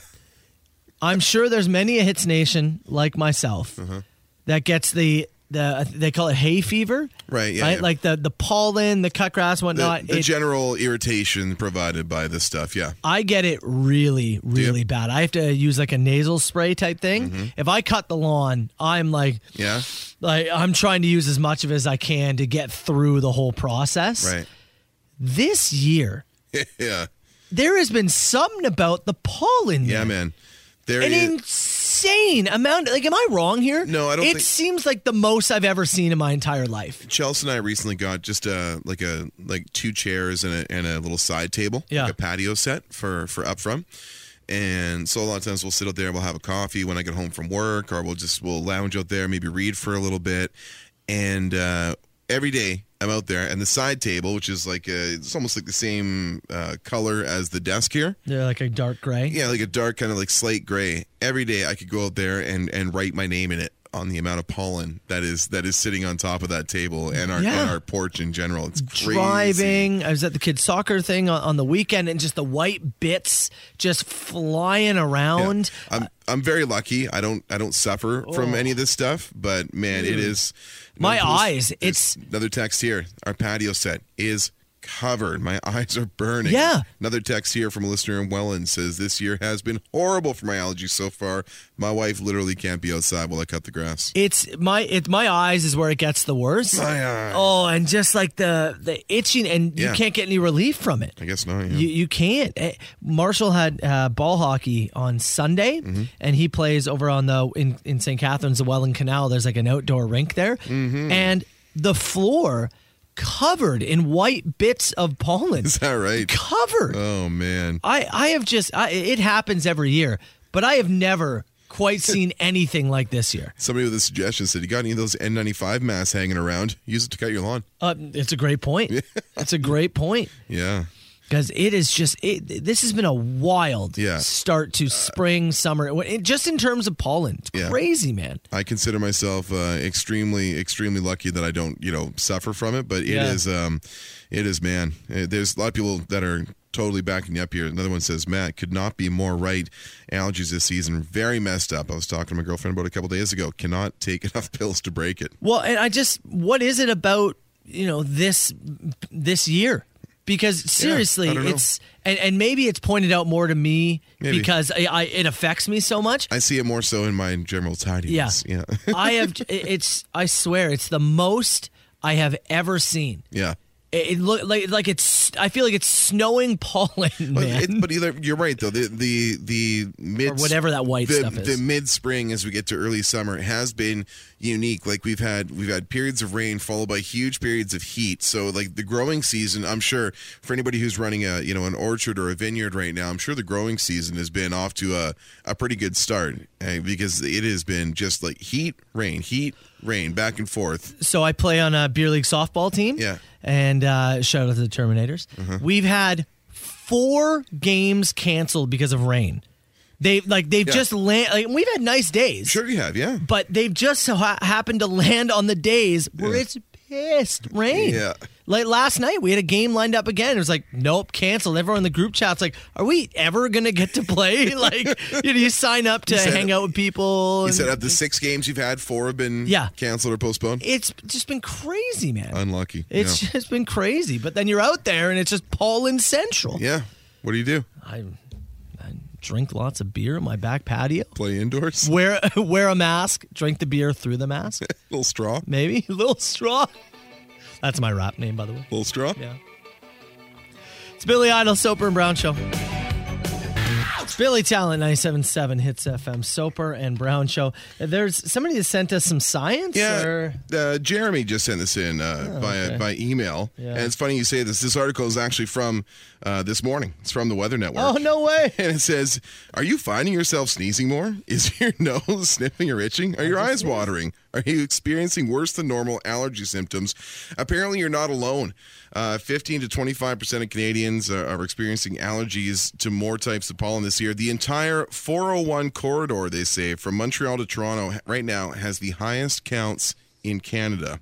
I'm sure there's many a hits nation like myself
Uh-huh.
that gets the the they call it hay fever,
Right, yeah, yeah.
Like the the pollen, the cut grass,
the,
whatnot.
the
It-
general irritation provided by this stuff yeah
I get it really, really
you?
bad. I have to use like a nasal spray type thing.
Mm-hmm.
If I cut the lawn, I'm like,
yeah
like I'm trying to use as much of it as I can to get through the whole process.
right
This year,
yeah
there has been something about the pollen.
yeah
there.
man there
An
is-
insane amount. Like, am I wrong here?
No, I don't
It
think-
seems like the most I've ever seen in my entire life.
Chelsea and I recently got just a like a like two chairs and a, and a little side table,
Yeah.
like a patio set for for up front. And so a lot of times we'll sit out there and we'll have a coffee when I get home from work, or we'll just we'll lounge out there, maybe read for a little bit. And uh, every day I'm out there, and the side table, which is like a, it's almost like the same uh, color as the desk here,
They're like a dark gray.
yeah, like a dark kind of like slate gray. Every day I could go out there and and write my name in it on the amount of pollen that is that is sitting on top of that table and our
Yeah.
and our porch in general. It's crazy.
Driving. I was at the kids' soccer thing on, on the weekend, and just the white bits just flying around.
I'm I'm very lucky. I don't I don't suffer from any of this stuff, but man, it is
Hmm. My
Another
eyes, it's-
another text here. Our patio set is covered. My eyes are burning.
Yeah.
Another text here from a listener in Welland says this year has been horrible for my allergies so far. My wife literally can't be outside while I cut the grass.
It's my it my eyes is where it gets the worst.
My eyes.
Oh, and just like the the itching, and
Yeah.
you can't get any relief from it.
I guess not. Yeah.
You, you can't. Eh, Marshall had uh, ball hockey on Sunday, and he plays over on the in, in St. Catharines, the Welland Canal. There's like an outdoor rink there, and the floor covered in white bits of pollen.
Is that right?
Covered.
Oh man.
I I have just I, it happens every year, but I have never quite seen anything like this year.
Somebody with a suggestion said, "You got any of those N95 masks hanging around? Use it to cut your lawn."
Uh, it's a great point. it's a great point.
Yeah.
Because it is just it, this has been a wild
Yeah.
start to spring, summer. It- it- just in terms of pollen, it's
Yeah.
crazy, man.
I consider myself uh, extremely, extremely lucky that I don't, you know, suffer from it. But it is,
Yeah.
um, it is, man. Uh, There's a lot of people that are totally backing you up here. Another one says, Matt could not be more right. Allergies this season very messed up. I was talking to my girlfriend about it a couple days ago. Cannot take enough pills to break it.
Well, and I just what is it about you know this this year? Because seriously,
I don't know.
it's and, and maybe it's pointed out more to me
Maybe.
because I, I it affects me so much.
I see it more so in my general tidiness.
Yeah.
yeah,
I have it's I swear it's the most I have ever seen.
yeah.
It, it look like like it's. I feel like it's snowing pollen,
But,
man.
it, but either you're right though. The the the mid
or whatever that white
the,
stuff is.
the mid spring as we get to early summer has been unique. Like we've had we've had periods of rain followed by huge periods of heat. So like the growing season, I'm sure for anybody who's running a you know an orchard or a vineyard right now, I'm sure the growing season has been off to a a pretty good start eh, because it has been just like heat, rain, heat, rain, back and forth.
so I play on a beer league softball team.
Yeah. Mm-hmm.
And uh, shout out to the Terminators. We've had four games canceled because of rain. They like they've
Yeah.
just land. Like, we've had nice days,
Sure, you have, yeah.
but they've just so ha- happened to land on the days where
Yeah.
it's pissed rain.
Yeah.
Like last night, we had a game lined up again. It was like, nope, canceled. Everyone in the group chat's like, are we ever gonna get to play? like, you know, you sign up to
said-
hang out with people.
You
and-
said of the six games you've had, four have been
Yeah.
canceled or postponed.
it's just been crazy, man.
Unlucky.
It's
yeah.
just been crazy. But then you're out there and it's just Poland Central.
yeah. What do you do?
I, I drink lots of beer in my back patio.
Play indoors?
Wear wear a mask. Drink the beer through the mask.
Little straw?
Maybe little straw. That's my rap name, by the way.
Little straw?
Yeah. It's Billy Idol, Soper and Brown Show. It's Billy Talent 97.7 Hits FM, Soper and Brown Show. There's somebody that sent us some science.
Yeah,
Or,
uh, Jeremy just sent this in uh, by
Oh, okay.
by email,
Yeah.
and it's funny you say this. This article is actually from uh, this morning. It's from the Weather Network.
oh, no way.
And it says, "Are you finding yourself sneezing more? Is your nose sniffing or itching? Are your eyes watering? Are you experiencing worse than normal allergy symptoms? Apparently, you're not alone. Uh, 15 to 25 percent of Canadians are, are experiencing allergies to more types of pollen this year. The entire 401 corridor, they say, from Montreal to Toronto, ha- right now has the highest counts in Canada.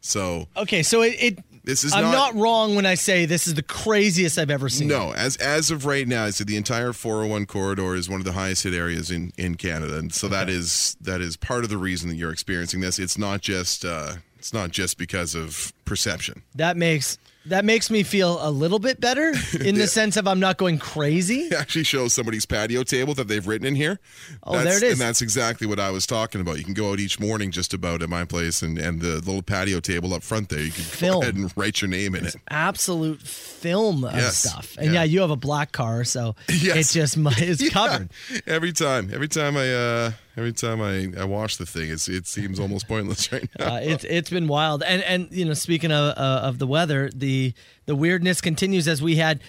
So
Okay, so it. it
This is
I'm not,
not-
wrong when I say this is the craziest I've ever seen.
No, as as of right now, I said the entire 401 corridor is one of the highest hit areas in in Canada, and so that is that is part of the reason that you're experiencing this. It's not just uh, it's not just because of perception.
That makes that makes me feel a little bit better in the sense of I'm not going crazy.
It actually shows somebody's patio table that they've written in here.
Oh, there
That's-
it is.
and that's exactly what I was talking about. You can go out each morning, just about at my place, and and the little patio table up front there, you can go
Film.
ahead and write your name in it.
Absolute film of
Yes,
stuff. And
yeah.
yeah. you have a black car, so
Yes.
it just mi- it's
Yeah.
covered.
every time. Every time I uh, every time I, I wash the thing, it's, it seems almost pointless right now.
Uh, it's it's been wild. And and you know, speaking of uh, of the weather, the the weirdness continues as we had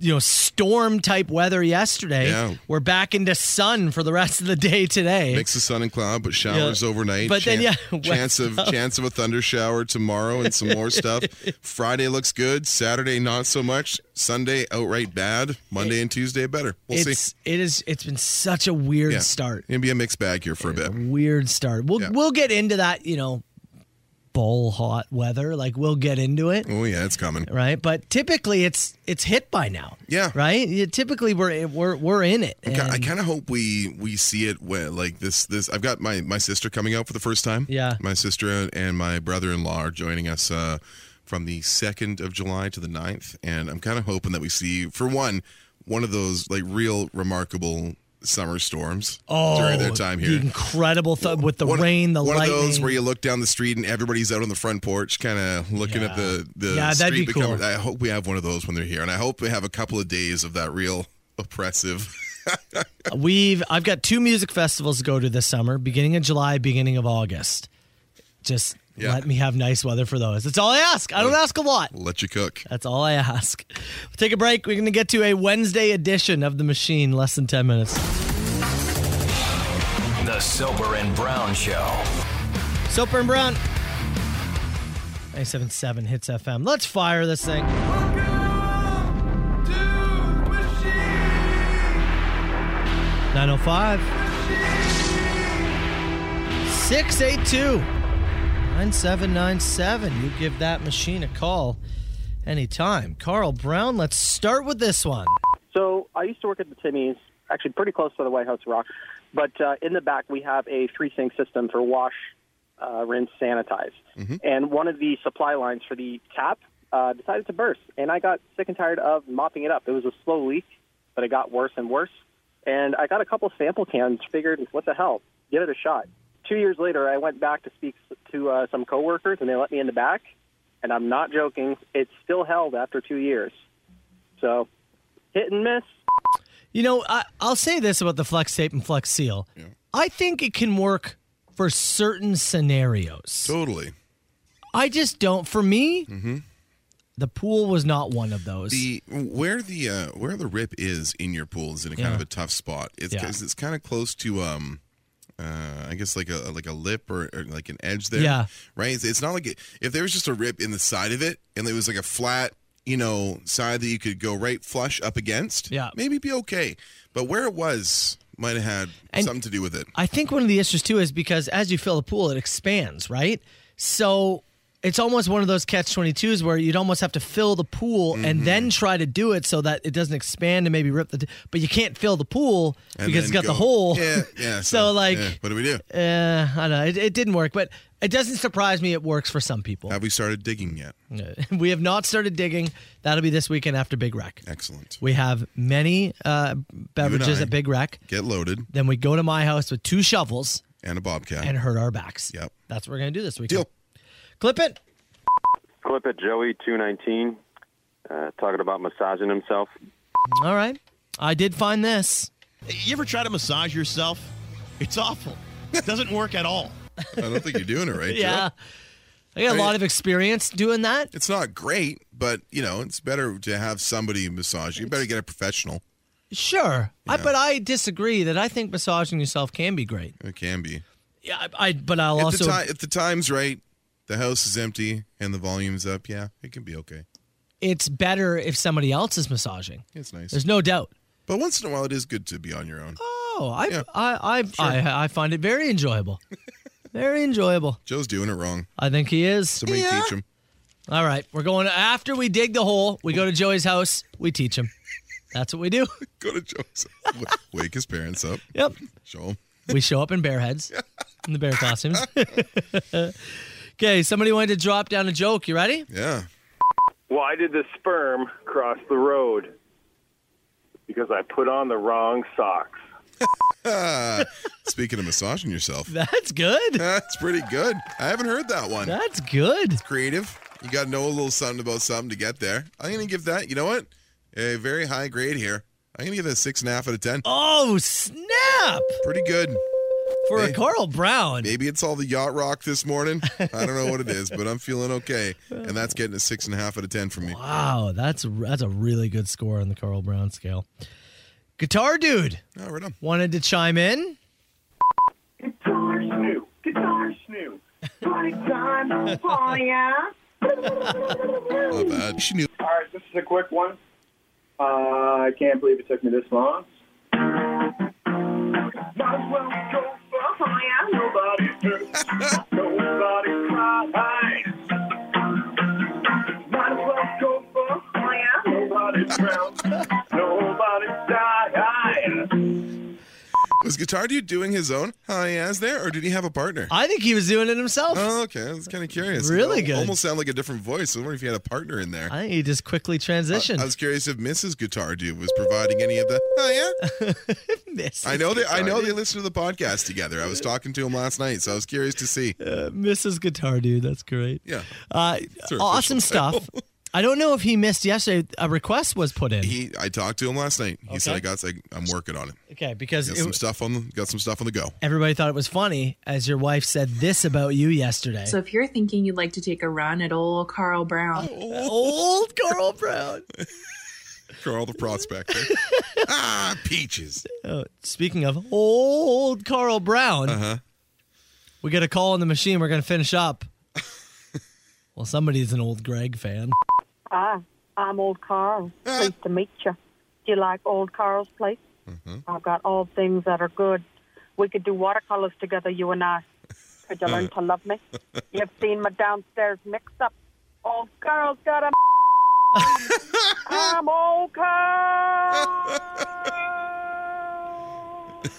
you know storm type weather yesterday.
Yeah.
We're back into sun for the rest of the day today.
Mix of sun and cloud, but showers
Yeah.
overnight.
But then,
Chan-
yeah,
chance of chance of a thunder shower tomorrow and some more stuff. Friday looks good. Saturday not so much. Sunday outright bad. Monday and Tuesday better. We'll
it's
see.
it is it's been such a weird
Yeah.
start.
Gonna be a mixed bag here for a bit.
weird start. We'll
Yeah.
we'll get into that, you know, bowl hot weather. Like we'll get into it,
Oh yeah, it's coming.
right? But typically it's it's hit by now.
Yeah.
Right? Yeah, typically we're we're we're in it.
I ki- I
And
kind of hope we we see it when like this this I've got my my sister coming out for the first time.
Yeah.
my sister and my brother in law are joining us uh, from the second of July to the 9th. and I'm kind of hoping that we see for one one of those like real remarkable summer storms
oh,
during their time here.
The incredible th- with the
One-
rain, the
one
lightning.
of those where you look down the street and everybody's out on the front porch, kind of looking at
Yeah.
the the
Yeah,
street.
that'd be
become-
cool.
I hope we have one of those when they're here, and I hope we have a couple of days of that real oppressive.
We've I've got two music festivals to go to this summer, beginning of July, beginning of August. Just
Yeah.
let me have nice weather for those. That's all I ask. I don't ask a lot.
Let you cook.
That's all I ask. We'll take a break. We're going to get to a Wednesday edition of The Machine, less than 10 minutes.
The Soper and Brown Show.
Soper and Brown. 977 Hits FM. Let's fire this thing. Nine oh five. Six eight two. Nine seven nine seven. You give that machine a call anytime. Carl Brown, let's start with this one.
So I used to work at the Timmy's, actually pretty close to the White House Rock. But uh, in the back, we have a three sink system for wash, uh, rinse, sanitize. And one of the supply lines for the tap uh, decided to burst. And I got sick and tired of mopping it up. It was a slow leak, but it got worse and worse. And I got a couple sample cans, figured, what the hell? Give it a shot. Two years later, I went back to speak to uh, some coworkers, and they let me in the back. and I'm not joking. It still held after two years. So, hit and miss.
You know, I, I'll say this about the Flex Tape and Flex Seal. I think it can work for certain scenarios.
Totally.
I just don't. For me, the pool was not one of those.
Mm-hmm. The where the uh, where the rip is in your pool is in a kind
Yeah.
of a tough spot. It's
Yeah.
'cause it's kind of close to um, uh, I guess like a like a lip or, or like an edge there.
Yeah.
Right. It's, it's not like it, if there was just a rip in the side of it and it was like a flat you know side that you could go right flush up against.
Yeah.
Maybe be okay. But where it was might have had
And-
something to do with it.
I think one of the issues too is because as you fill the pool, it expands, right? So it's almost one of those catch 22s where you'd almost have to fill the pool
Mm-hmm.
and then try to do it so that it doesn't expand and maybe rip the. But you can't fill the pool
And
because it's got
then go-
the hole.
Yeah. Yeah.
so, like,
yeah, what do we do?
eh, I don't know. It, it didn't work, but it doesn't surprise me. It works for some people.
Have we started digging yet?
we have not started digging. That'll be this weekend after Big Wreck.
Excellent.
We have many uh, beverages
I.
at Big Wreck.
Get loaded
Then we go to my house with two shovels
and a bobcat.
and hurt our backs.
Yep.
That's what we're going to do this weekend.
Deal.
Clip it.
Clip at Joey two nineteen, uh, talking about massaging himself.
All right. I did find this.
You ever try to massage yourself? It's awful. It doesn't work at all.
I don't think you're doing it right. Joe.
Yeah. I got a lot of experience doing that.
It's not great, but you know, it's better to have somebody massage. You better get a professional.
Sure. I, but I disagree that I think massaging yourself can be great.
It can be.
Yeah, I, I but I'll
If the,
also
ti- if the time's right, the house is empty and the volume's up, yeah, it can be okay.
it's better if somebody else is massaging.
It's nice.
There's no doubt.
but once in a while it is good to be on your own.
Oh, I
Yeah.
I I, I I find it very enjoyable. very enjoyable.
Joe's doing it wrong.
I think he is.
Somebody teach him.
All right, we're going after we dig the hole. We go to Joey's house. We teach him. That's what we do.
Go to Joe's. W- Wake his parents up.
Yep.
Show him.
We show up in bear heads, in the bear costumes. okay, somebody wanted to drop down a joke. You ready?
Yeah.
Why did the sperm cross the road? Because I put on the wrong socks.
Speaking of massaging yourself,
That's good.
that's pretty good. I haven't heard that one.
That's good.
creative. You got to know a little something about something to get there. I'm going to give that, you know what? A very high grade here. I'm going to give that six and a half out of 10.
Oh snap!
Pretty good.
For a
Hey.
Carl Brown.
Maybe it's all the yacht rock this morning. I don't know what it is, but I'm feeling okay. And that's getting a six and a half out of 10 from me.
Wow, that's that's a really good score on the Carl Brown scale. Guitar dude
Oh, right on.
wanted to chime in.
Guitar snoo, guitar snoo. Party time, oh yeah.
Not bad. She knew.
All right, this is a quick one. Uh, I can't believe it took me this long. Might as well go for oh yeah. Nobody hurt, nobody cried. Might as well go for oh yeah. Nobody drowned, nobody died.
Was Guitar Dude doing his own Hi As there, or did he have a partner?
I think he was doing it himself.
Oh, okay. I was kind of curious.
Really
It
good.
Almost sounded like a different voice. I wonder if he had a partner in there.
I think he just quickly transitioned.
I was curious if Mrs. Guitar Dude was providing any of the Oh yeah.
Miss-
I know they. I know they listen to the podcast together. I was talking to him last night, so I was curious to see.
Mrs. Guitar Dude. That's great.
Yeah,
Uh,
her
awesome
official
stuff. I don't know if he missed yesterday. A request was put in.
he. I talked to him last night. He said
Okay.
I got. I, I'm working on it.
okay, because
Got
it-
some stuff on. The, got some stuff on the go.
everybody thought it was funny as your wife said this about you yesterday.
So if you're thinking you'd like to take a run at old Carl Brown,
Old Carl Brown.
Carl the prospector. ah, peaches.
Uh, speaking of old Carl Brown,
Uh huh.
we get a call on the machine. We're going to finish up. well, somebody's an old Greg fan.
Hi, I'm Old Carl. Pleased to meet you. Do you like Old Carl's place? I've got all things that are good. We could do watercolors together, you and I. Could you learn to love me? You've seen my downstairs mix up. Old Carl's got a. I'm Old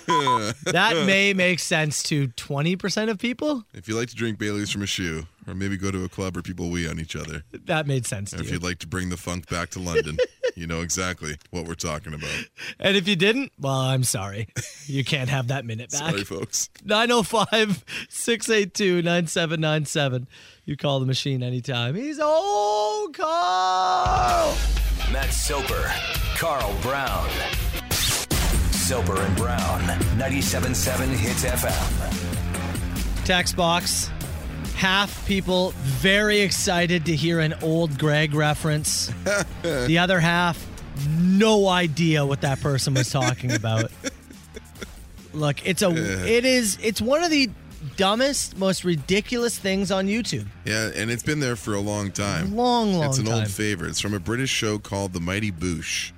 Carl.
That may make sense to 20% of people.
If you like to drink Bailey's from a shoe, or maybe go to a club where people wee on each other,
That made sense
or
to
if
you.
you'd like to bring the funk back to London, you know exactly what we're talking about.
And if you didn't, well, I'm sorry. You can't have that minute back.
Sorry, folks.
905 682 9797. You call the machine anytime. He's old Carl.
Matt Soper, Carl Brown. Soper and Brown, 97.7 Hits FM.
Text box. Half people very excited to hear an old Greg reference. the other half, no idea what that person was talking about. Look, it's a
Yeah.
it is it's one of the dumbest, most ridiculous things on YouTube.
Yeah, and it's been there for a long time.
Long, long
It's an
time.
old favorite. It's from a British show called The Mighty Boosh.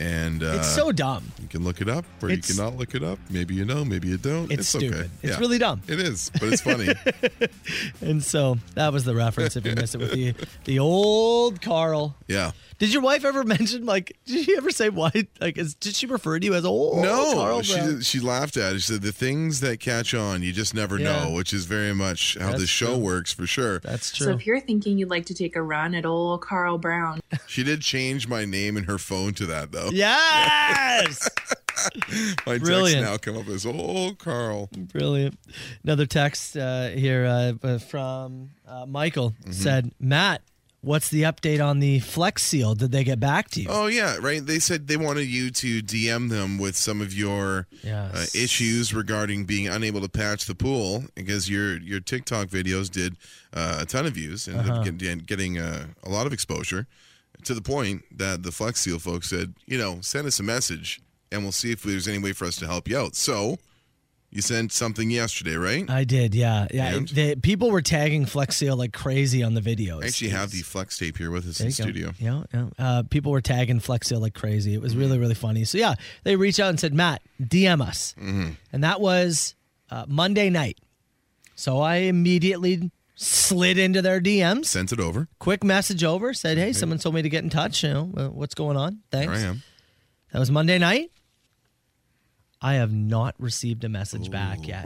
And uh,
it's so dumb.
You can look it up or
It's-
you cannot look it up. Maybe you know, maybe you don't.
It's
It's, okay.
stupid. It's
Yeah.
really dumb.
It is, but it's funny.
And so that was the reference if you missed it with the the old Carl.
yeah.
Did your wife ever mention like did she ever say why like is, did she refer to you as old
no,
Oh, Carl
she
Brown?
did- she laughed at it. She said the things that catch on, you just never
Yeah.
know, which is very much how
That's
this show
true.
works for sure.
That's
So if you're thinking you'd like to take a run at old Carl Brown,
She did change my name in her phone to that though.
Yes.
my
Brilliant.
text now come up as oh Carl.
Brilliant. Another text uh, here uh, uh, from uh, Michael
Mm-hmm.
said, "Matt, what's the update on the Flex Seal? Did they get back to you?"
Oh yeah, right. They said they wanted you to DM them with some of your uh,
Yes.
issues regarding being unable to patch the pool because your your TikTok videos did uh, a ton of views and ended up
Uh-huh.
getting, getting uh, a lot of exposure to the point that the Flex Seal folks said, you know, send us a message and we'll see if there's any way for us to help you out. So you sent something yesterday, right?
I did, yeah, yeah.
And?
They, people were tagging Flex Seal like crazy on the videos.
I actually have the Flex tape here with us in
There you
studio. Mm-hmm.
go. Yeah, yeah. Uh, people were tagging Flex Seal like crazy. It was really, really funny. So yeah, they reached out and said, "Matt, DM us,"
Mm-hmm.
and that was uh, Monday night. So I immediately slid into their DMs.
Sent it over.
quick message over said hey someone told me to get in touch you know uh, what's going on thanks
Mm-hmm. There I am.
that was monday night i have not received a message back yet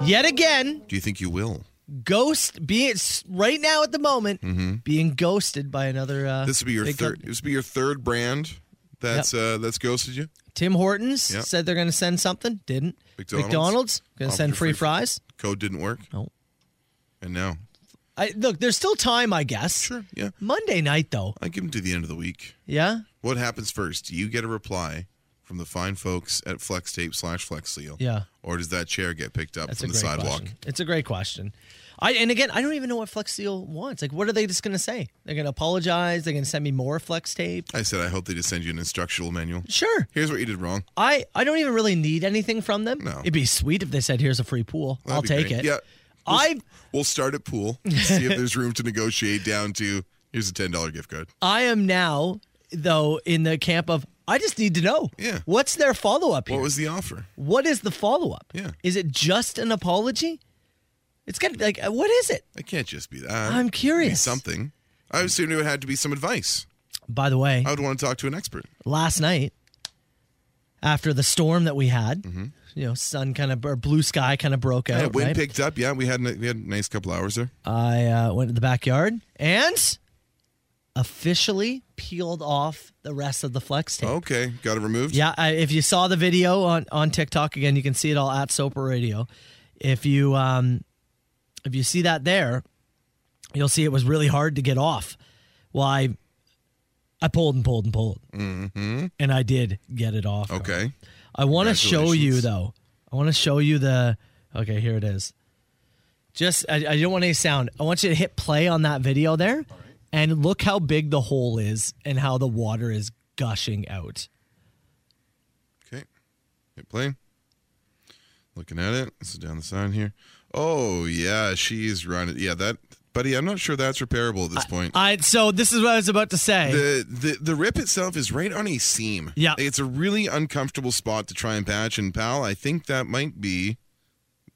yet again
Do you think you will?
ghost be it's right now at the moment being ghosted by another uh,
Mm-hmm. This would be your
big
third.
company.
This would be your third brand that's uh, that's ghosted you.
tim hortons
Yeah.
said they're going to send something didn't
McDonald's.
going to
Offered
send
you
free
free fries.
fries
Oh, Code didn't work.
No.
And now,
I, look there's still time i guess
sure, yeah,
monday night though
I give them to the end of the week.
yeah
What happens first? Do you get a reply from the fine folks at Flex Tape slash Flex Seal?
Yeah.
Or does that chair get picked up from the
great
sidewalk?
Question. It's a great question. I and again, I don't even know what Flex Seal wants. Like, what are they just going to say? They're going to apologize. They're going to send me more Flex tape.
I said I hope they just send you an instructional manual.
Sure.
Here's what you did wrong.
I I don't even really need anything from them.
No.
It'd be sweet if they said, "Here's a free pool.
That'd
I'll
be
take
great.
it."
Yeah.
I
We'll start at pool. see if there's room to negotiate down to here's a ten dollar gift card.
I am now though in the camp of I just need to know.
Yeah.
What's their follow up here?
What was the offer?
what is the follow up?
Yeah.
Is it just an apology? It's got like uh, what is it?
It can't just be that.
I'm
It could be
curious.
something. I assumed it had to be some advice.
By the way,
I would want to talk to an expert.
last night after the storm that we had. You know, sun kind of or blue sky kind of broke out.
Mm-hmm. Yeah, wind
Oh, right?
picked up. Yeah, we had a- we had a nice couple hours there.
I uh, went to the backyard and officially peeled off the rest of the flex tape.
Okay, got it removed.
Yeah, I, if you saw the video on on TikTok again, you can see it all at Soper Radio. If you um, if you see that there, you'll see it was really hard to get off. Well, I I pulled and pulled and pulled, and I did get it off.
Mm-hmm. Okay.
I want to show you
Congratulations.
though. I want to show you the. Okay, here it is. Just I, I don't want any sound. I want you to hit play on that video there, and look how big the hole is and how the water is gushing out.
Okay. Hit play. Looking at it. This is down the side here. Oh yeah, she's running. Yeah, that buddy. I'm not sure that's repairable at this point.
I so this is what I was about to say.
the, the the rip itself is right on a seam.
Yeah.
it's a really uncomfortable spot to try and patch. And pal, I think that might be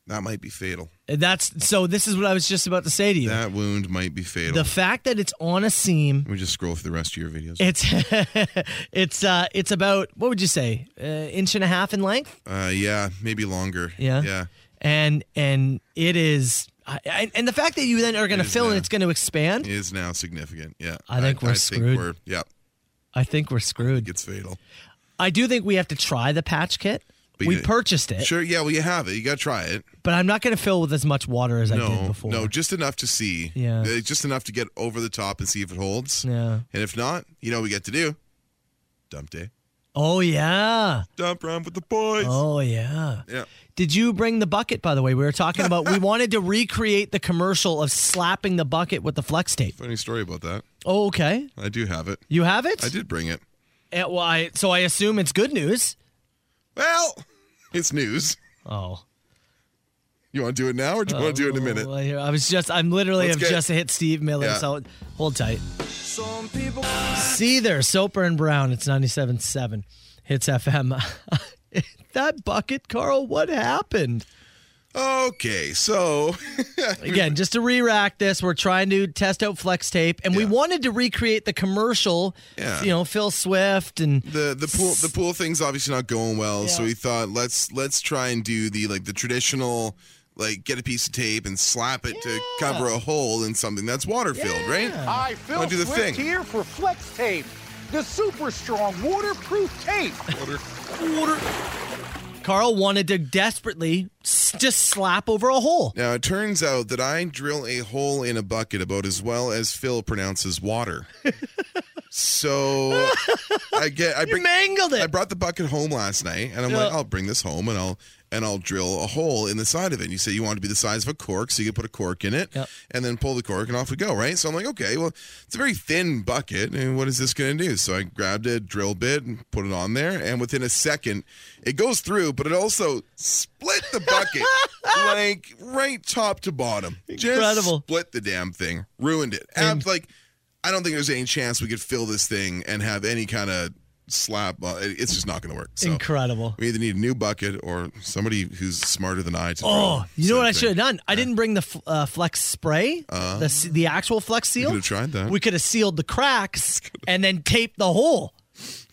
that might be fatal.
That's so. This is what I was just about to say to you.
That wound might be fatal.
the fact that it's on a seam,
Let me just scroll through the rest of your videos.
it's it's uh it's about what would you say, uh, inch and a half in length?
Uh, yeah, maybe longer.
Yeah.
yeah.
and and it is, I- I, and the fact that you then are going to
is
fill
now.
and it's going to expand.
is now significant. Yeah,
I think we're screwed.
we're- yeah,
I think we're screwed.
It's fatal.
I do think we have to try the patch kit.
But
we
you-
purchased it,
Sure, yeah, well, you have it. You got to try it.
but I'm not going to fill with as much water as I did
No,
before.
no, just enough to see.
Yeah.
Uh, just enough to get over the top and see if it holds.
Yeah.
And if not, you know what we get to do? Dump day.
Oh yeah.
Dump around with the boys.
Oh yeah.
Yeah.
Did you bring the bucket? By the way, we were talking about. we wanted to recreate the commercial of slapping the bucket with the flex tape.
Funny story about that.
Oh, okay.
I do have it.
You have it.
I did bring it.
Eh, well, I- so I assume it's good news.
Well, it's news.
Oh.
You want to do it now or do you want to do it in a minute?
Well, here- I was just. I'm literally
Let's
have
get-
just hit Steve Miller.
Yeah.
So hold tight. See there, Soper and Brown. It's 97.7 hits FM. that bucket, Carl. What happened? Oh,
Okay, so
Again, just to re-rack this, we're trying to test out flex tape, and we wanted to recreate the commercial.
Yeah.
You know, Phil Swift and
the the pool the pool thing's obviously not going well, so we thought let's let's try and do the like the traditional like get a piece of tape and slap it to cover a hole in something that's water filled, right?
Hi, Phil
Wanna do the
Swift
thing.
here for Flex Tape, the super strong waterproof tape.
Water.
Water. Carl wanted to desperately s- just slap over a hole.
Now it turns out that I drill a hole in a bucket about as well as Phil pronounces water. so I get I bring,
mangled it.
I brought the bucket home last night, and I'm like,
Yeah.
I'll bring this home, and I'll and I'll drill a hole in the side of it. And you say you want it to be the size of a cork, so you can put a cork in it, and then pull the cork, and off we go, right? So I'm like, okay, well, it's a very thin bucket, and what is this going to do? So I grabbed a drill bit and put it on there, and within a second, it goes through, but it also split the bucket like right top to bottom. Just
Incredible.
split the damn thing, ruined it. And, I'm like, I don't think there's any chance we could fill this thing and have any kind of slap. uh, it- It's just not going to work. So
Incredible.
we either need a new bucket or somebody who's smarter than I. To
Oh,
drill.
you know what I should have done? I didn't bring the f- uh, flex spray,
Uh,
the s- the actual flex seal.
could've tried that.
We could have sealed the cracks and then taped the hole.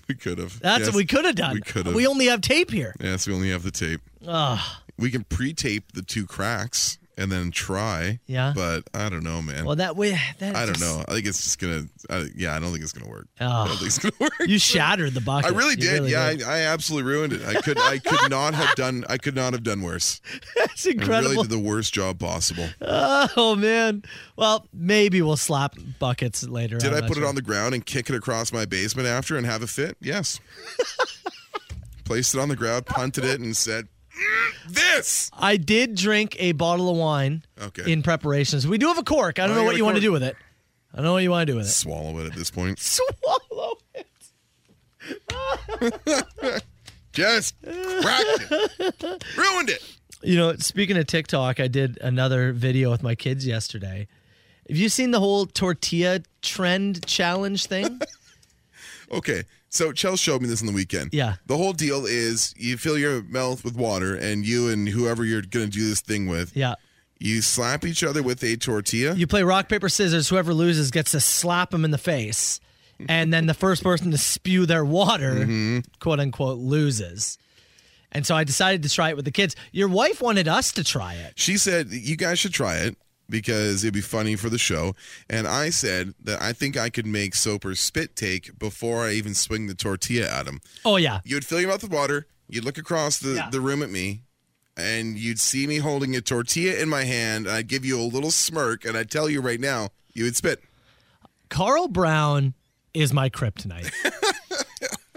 we could have.
That's
Yes,
what we could have done.
We could have.
We only have tape here.
yes, we only have the tape.
Ugh.
We can pre-tape the two cracks and then try.
Yeah.
But I don't know, man.
Well, that way. That
I don't
just-
know. I think it's just gonna. I, yeah, I don't think it's gonna work. I don't
Ugh.
think it's gonna work.
You shattered the bucket.
I really
You
did. yeah,
did.
I, I absolutely ruined it. I could. I could not have done. I could not have done worse.
That's
I
incredible.
really did the worst job possible.
Oh man. Well, maybe we'll slap buckets later.
Did
I'm
I
not
put it
sure.
on the ground and kick it across my basement after and have it fit? Yes. Placed it on the ground, punted it, and said, "Mm, "This."
I did drink a bottle of wine.
Okay.
In preparations, we do have a cork. I don't
Oh,
know
you
what
got
you
a
want to
cork.
do with it. I don't know what you want to do with it.
Swallow it at this point.
Swallow it.
Just cracked it. Ruined it.
You know, speaking of TikTok, I did another video with my kids yesterday. Have you seen the whole tortilla trend challenge thing?
Okay. So Chell showed me this on the weekend.
Yeah.
The whole deal is you fill your mouth with water, and you and whoever you're gonna do this thing with,
yeah.
you slap each other with a tortilla.
You play rock, paper, scissors. Whoever loses gets to slap them in the face. And then the first person to spew their water, quote unquote, loses. And so I decided to try it with the kids. Your wife wanted us to try it.
She said you guys should try it because it'd be funny for the show. And I said that I think I could make Soper spit take before I even swing the tortilla at him.
Oh, yeah.
You'd fill your mouth with water, you'd look across the, the room at me, and you'd see me holding a tortilla in my hand, and I'd give you a little smirk, and I'd tell you right now, you would spit.
Carl Brown is my kryptonite.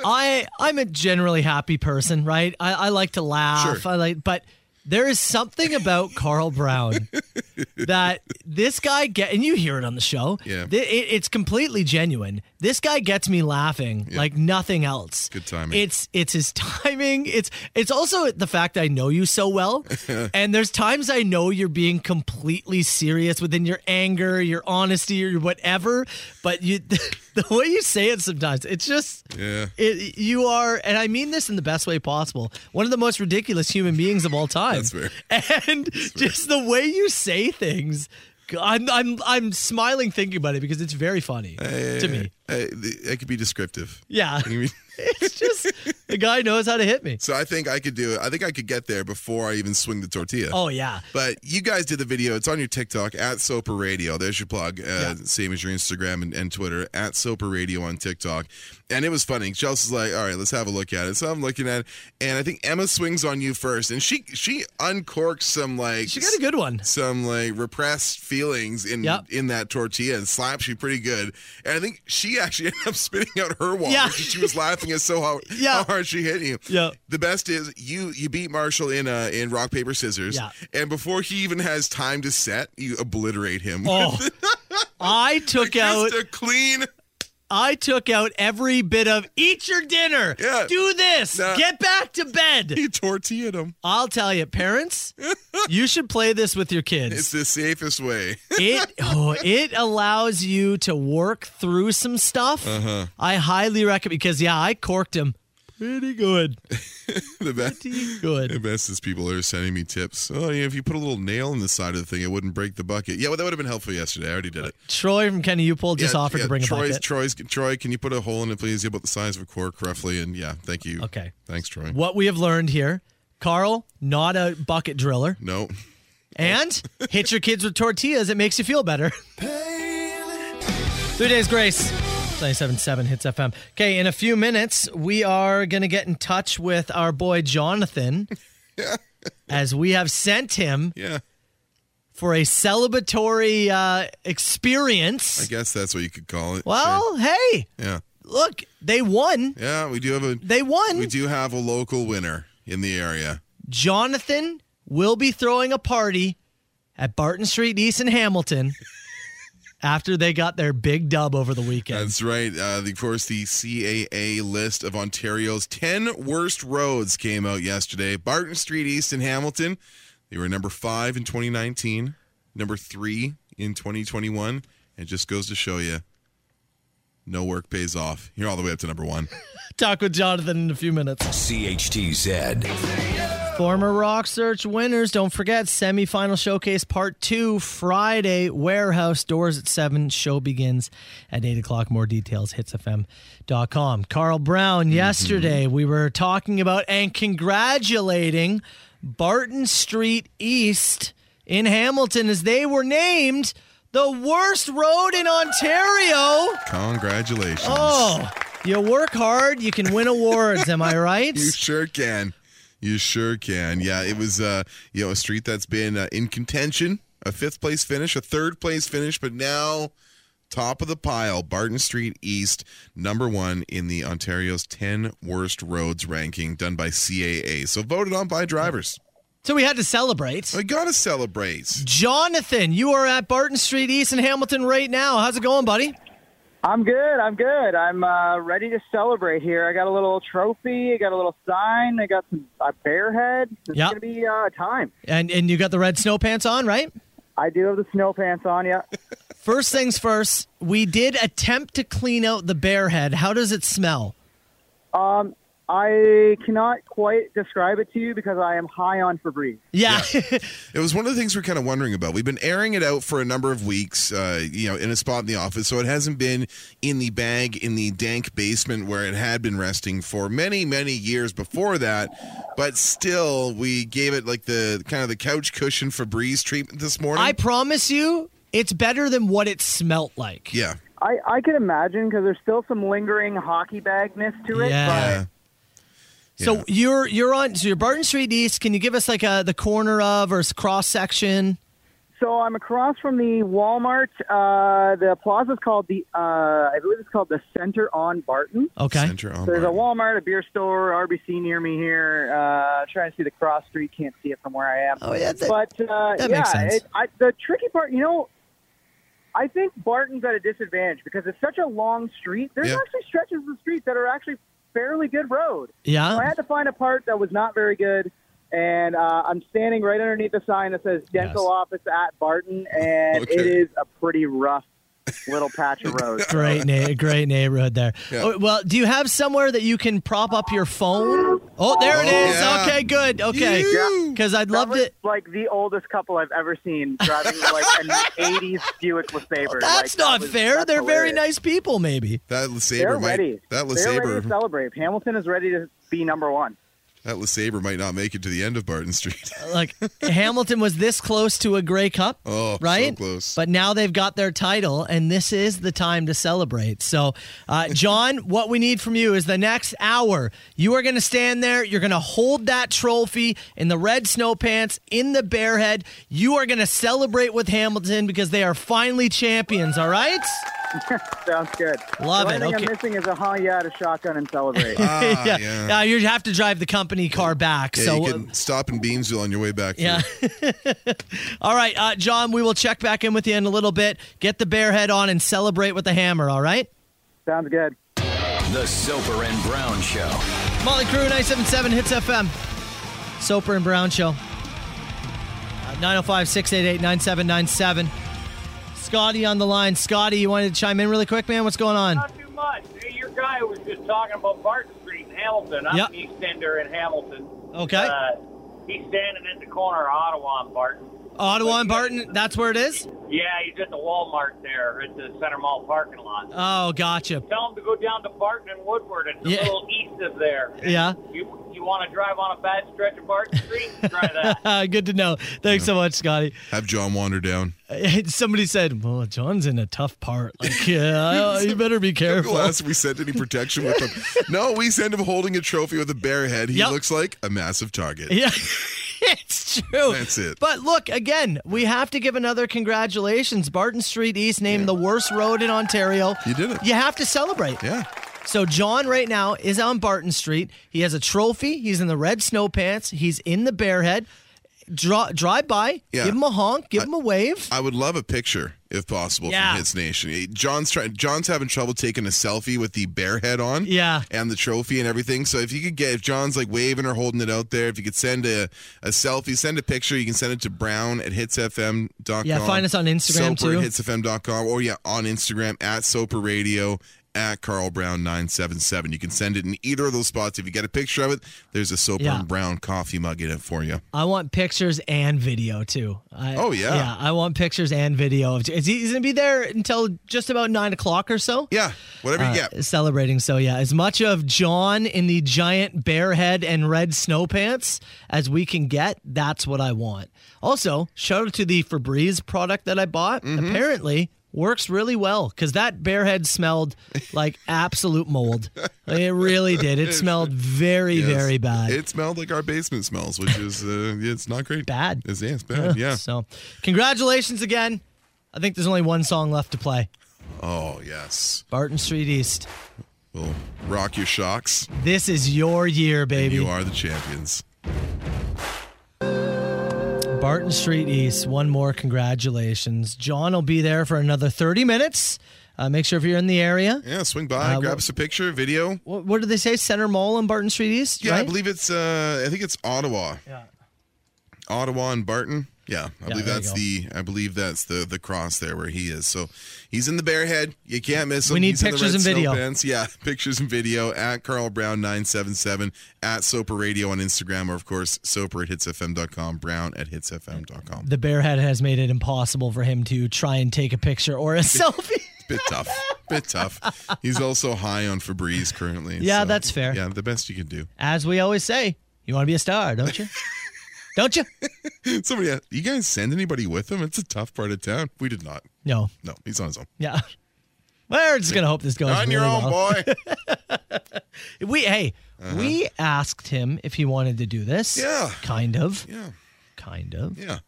I I'm a generally happy person, right? I, I like to laugh.
Sure.
I like but there is something about Carl Brown that this guy get and you hear it on the show.
Yeah.
Th- it- it's completely genuine. This guy gets me laughing like nothing else.
Good timing.
It's it's his timing. It's it's also the fact I know you so well, and there's times I know you're being completely serious within your anger, your honesty, or your whatever. But you, the way you say it sometimes, it's just.
Yeah.
It, you are, and I mean this in the best way possible. One of the most ridiculous human beings of all time. That's
fair.
And just the way you say things, I'm, I'm, I'm smiling thinking about it because it's very funny to me.
I, I Uh, could be descriptive.
Yeah.
I mean,
it's just the guy knows how to hit me.
So I think I could do it. I think I could get there before I even swing the tortilla.
Oh, yeah.
But you guys did the video. It's on your TikTok at Soper Radio. There's your plug. Uh, Same as your Instagram and, and Twitter at Soper Radio on TikTok. And it was funny. Chelsea's like, all right, let's have a look at it. So I'm looking at it, and I think Emma swings on you first, and she she uncorks some like she
got a good one,
some like repressed feelings in in that tortilla, and slaps you pretty good. And I think she actually ended up spitting out her water.
Yeah.
because She was laughing at so hard,
Yeah.
how hard she hit you.
Yeah.
The best is you you beat Marshall in uh in rock paper scissors.
Yeah.
And before he even has time to set, you obliterate him.
Oh, I took out
a clean.
I took out every bit of eat your dinner.
Yeah.
Do this.
Nah.
Get back to bed.
You tortillaed him.
I'll tell you, parents, you should play this with your kids.
it's the safest way.
it oh, it allows you to work through some stuff.
Uh-huh.
I highly recommend because yeah, I corked him pretty good.
the best.
Good.
The best is people are sending me tips. Oh, yeah, if you put a little nail in the side of the thing, it wouldn't break the bucket. Yeah, well, that would have been helpful yesterday. I already did it.
Troy from Kenny Upol just
Yeah,
offered
yeah,
to bring a
Troy's,
bucket.
Troy's, Troy, can you put a hole in it, please? Yeah, about the size of a cork, roughly. And yeah, thank you.
Okay.
Thanks, Troy.
What we have learned here, Carl, not a bucket driller.
No.
And hit your kids with tortillas. It makes you feel better. Three days grace. 97.7 Hits FM. Okay, in a few minutes, we are going to get in touch with our boy Jonathan. As we have sent him
yeah.
for a celebratory uh, experience.
I guess that's what you could call it.
Well, hey,
Yeah.
look, they won.
Yeah, we do have a
They won.
We do have a local winner in the area.
Jonathan will be throwing a party at Barton Street East in Hamilton after they got their big dub over the weekend.
That's right. Uh, the- of course, the CAA list of Ontario's 10 worst roads came out yesterday. Barton Street East in Hamilton, they were number five in 2019, number three in 2021. It just goes to show you no work pays off. You're all the way up to number one.
Talk with Jonathan in a few minutes.
CHTZ.
Former Rock Search winners, don't forget, semifinal showcase part two, Friday, warehouse, doors at 7, show begins at 8 o'clock. More details, hitsfm.com. Carl Brown, yesterday we were talking about and congratulating Barton Street East in Hamilton as they were named the worst road in Ontario.
Congratulations.
Oh, you work hard, you can win awards, am I right?
You sure can. You sure can. Yeah, it was uh, you know a street that's been uh, in contention, a fifth place finish, a third place finish, but now top of the pile, Barton Street East, number one in the Ontario's ten worst roads ranking done by CAA. So voted on by drivers.
So we had to celebrate.
We gotta celebrate.
Jonathan, you are at Barton Street East in Hamilton right now. How's it going, buddy?
I'm good. I'm good. I'm uh, ready to celebrate here. I got a little trophy. I got a little sign. I got some a bear head. It's
Yep.
gonna be uh, time.
And and you got the red snow pants on, right?
I do have the snow pants on. Yeah.
First things first, we did attempt to clean out the bear head. How does it smell?
Um, I cannot quite describe it to you because I am high on Febreze.
Yeah.
It was one of the things we're kind of wondering about. We've been airing it out for a number of weeks, uh, you know, in a spot in the office, so it hasn't been in the bag in the dank basement where it had been resting for many, many years before that. But still, we gave it like the kind of the couch cushion Febreze treatment this morning.
I promise you, it's better than what it smelt like.
yeah,
I I can imagine because there's still some lingering hockey bagness to it.
Yeah. So you're you're on so you're Barton Street East. Can you give us like a the corner of or cross section?
So I'm across from the Walmart. Uh, the plaza's called the uh, I believe it's called the Center on Barton.
Okay.
Center on
There's a
Barton.
Walmart, a beer store, RBC near me here. Uh, trying to see the cross street, can't see it from where I am.
Oh, yeah, that-
but uh,
that
yeah,
makes sense.
It, I, the tricky part, you know, I think Barton's at a disadvantage because it's such a long street. There's
Yeah.
actually stretches of the street that are actually fairly good road.
Yeah.
So I had to find a part that was not very good. And uh, I'm standing right underneath the sign that says dental office at Barton, and
Okay.
it is a pretty rough little patch of road.
Great, na- great neighborhood there.
Yeah.
Oh, well, do you have somewhere that you can prop up your phone? Oh, there it
Oh,
is.
yeah.
Okay, good. Okay,
Yeah.
because I'd loved
was,
it.
Like the oldest couple I've ever seen driving like an '80s Buick LeSabre.
That's
like, that
not
was-
fair.
that's
They're very
hilarious.
nice people, maybe.
That
They're
LeSabre
ready.
might. That
They're ready to
LeSabre.
celebrate. Hamilton is ready to be number one.
That LeSabre might not make it to the end of Barton Street.
Like Hamilton was this close to a Grey Cup,
Oh,
right?
so close.
But now they've got their title, and this is the time to celebrate. So, uh, John, what we need from you is the next hour. You are going to stand there. You're going to hold that trophy in the red snow pants, in the bear head. You are going to celebrate with Hamilton because they are finally champions. All right?
Sounds good.
Love
the
it.
only thing
Okay. Uh,
I'm missing is a huh yeah to shotgun and celebrate.
Ah,
yeah. Yeah, you have to drive the company car back.
Yeah,
so uh,
you can stop in Beamsville on your way back.
Yeah. all right, uh, John, we will check back in with you in a little bit. Get the bear head on and celebrate with the hammer, all right?
Sounds good.
The Soper and Brown Show.
Molly Crew 977 Hits FM. Soper and Brown Show. Uh, 905 688 9797. Scotty on the line. Scotty, you wanted to chime in really quick, man? What's going on?
Not too much. Hey, Your guy was just talking about Barton Street in Hamilton. I'm
Yep.
an extender in Hamilton.
Okay.
Uh, he's standing in the corner of Ottawa and Barton.
Ottawa and Barton, that's where it is?
Yeah, he's at the Walmart there at the Center Mall parking lot.
Oh, gotcha.
Tell him to go down to Barton and Woodward. It's a
Yeah.
little east of there.
Yeah.
You you want to drive on a bad stretch of Barton Street? Try that.
Good to know. Thanks so much, Scotty.
Have John wander down.
Somebody said, "Well, John's in a tough part. Like, yeah, you better be careful."
Last we sent any protection with him. No, we send him holding a trophy with a bare head. He looks like a massive target.
Yeah, it's true.
That's it.
But look, again, we have to give another congratulations. Barton Street East named the worst road in Ontario. You did it. You have to celebrate.
Yeah.
So John right now is on Barton Street. He has a trophy. He's in the red snow pants. He's in the bear head. Draw, drive by.
Yeah.
Give him a honk. Give him a wave.
I would love a picture, if possible,
Yeah.
from Hits Nation. Eh, John's trying. John's having trouble taking a selfie with the bear head on,
Yeah.
and the trophy and everything. So if you could get, if John's like waving or holding it out there, if you could send a, a selfie, send a picture. You can send it to Brown at hitsfm.com.
Yeah, find us on Instagram,
Soper
too.
At hitsfm.com, or yeah, on Instagram at Soper Radio. At Carl Brown 977. You can send it in either of those spots. If you get a picture of it, there's a Soper
Yeah.
and Brown coffee mug in it for you.
I want pictures and video too. I,
Oh, yeah.
yeah. I want pictures and video. of- Is he, he's gonna be there until just about nine o'clock or so?
Yeah, whatever you
get. uh, Celebrating. So yeah, as much of John in the giant bear head and red snow pants as we can get. That's what I want. Also, shout out to the Febreze product that I bought.
Mm-hmm.
Apparently. Works really well because that bear head smelled like absolute mold. It really did. It smelled very,
Yes.
very bad.
It smelled like our basement smells, which is uh, yeah, it's not great. Bad. It's, yeah, it's bad. Yeah.
So, congratulations again. I think there's only one song left to play.
Oh yes.
Barton Street East.
Well, rock your shocks.
This is your year, baby.
You are the champions.
Barton Street East. One more congratulations. John will be there for another 30 minutes. Uh, make sure if you're in the area.
Yeah, swing by,
Uh,
grab
what-
us a picture, video.
What, what did they say? Center Mall and Barton Street East.
Yeah, I
right?
believe it's uh I think it's Ottawa. Yeah. Ottawa and Barton. Yeah, I believe
there you
that's
go.
the I believe that's the the cross there where he is. So he's in the bear head. You can't miss him.
We need
He's in the
pictures
red
and
snow
video.
pants. Yeah, pictures and video at Carl Brown nine seven seven at Soper Radio on Instagram or of course Soper at hitsfm.com, Brown at hitsfm.com.
The bear head has made it impossible for him to try and take a picture or a selfie.
bit tough. Bit tough. He's also high on Febreze currently.
Yeah, that's fair.
Yeah, the best you can do.
As we always say, you want to be a star, don't you? don't you?
Somebody, asked, you guys send anybody with him? It's a tough part of town. We did not.
No.
No, he's on his own.
Yeah. We're just gonna hope this goes.
on your
really
own,
well.
boy.
We hey, we asked him if he wanted to do this.
Uh-huh. Yeah.
Kind of.
Yeah.
Kind of.
Yeah.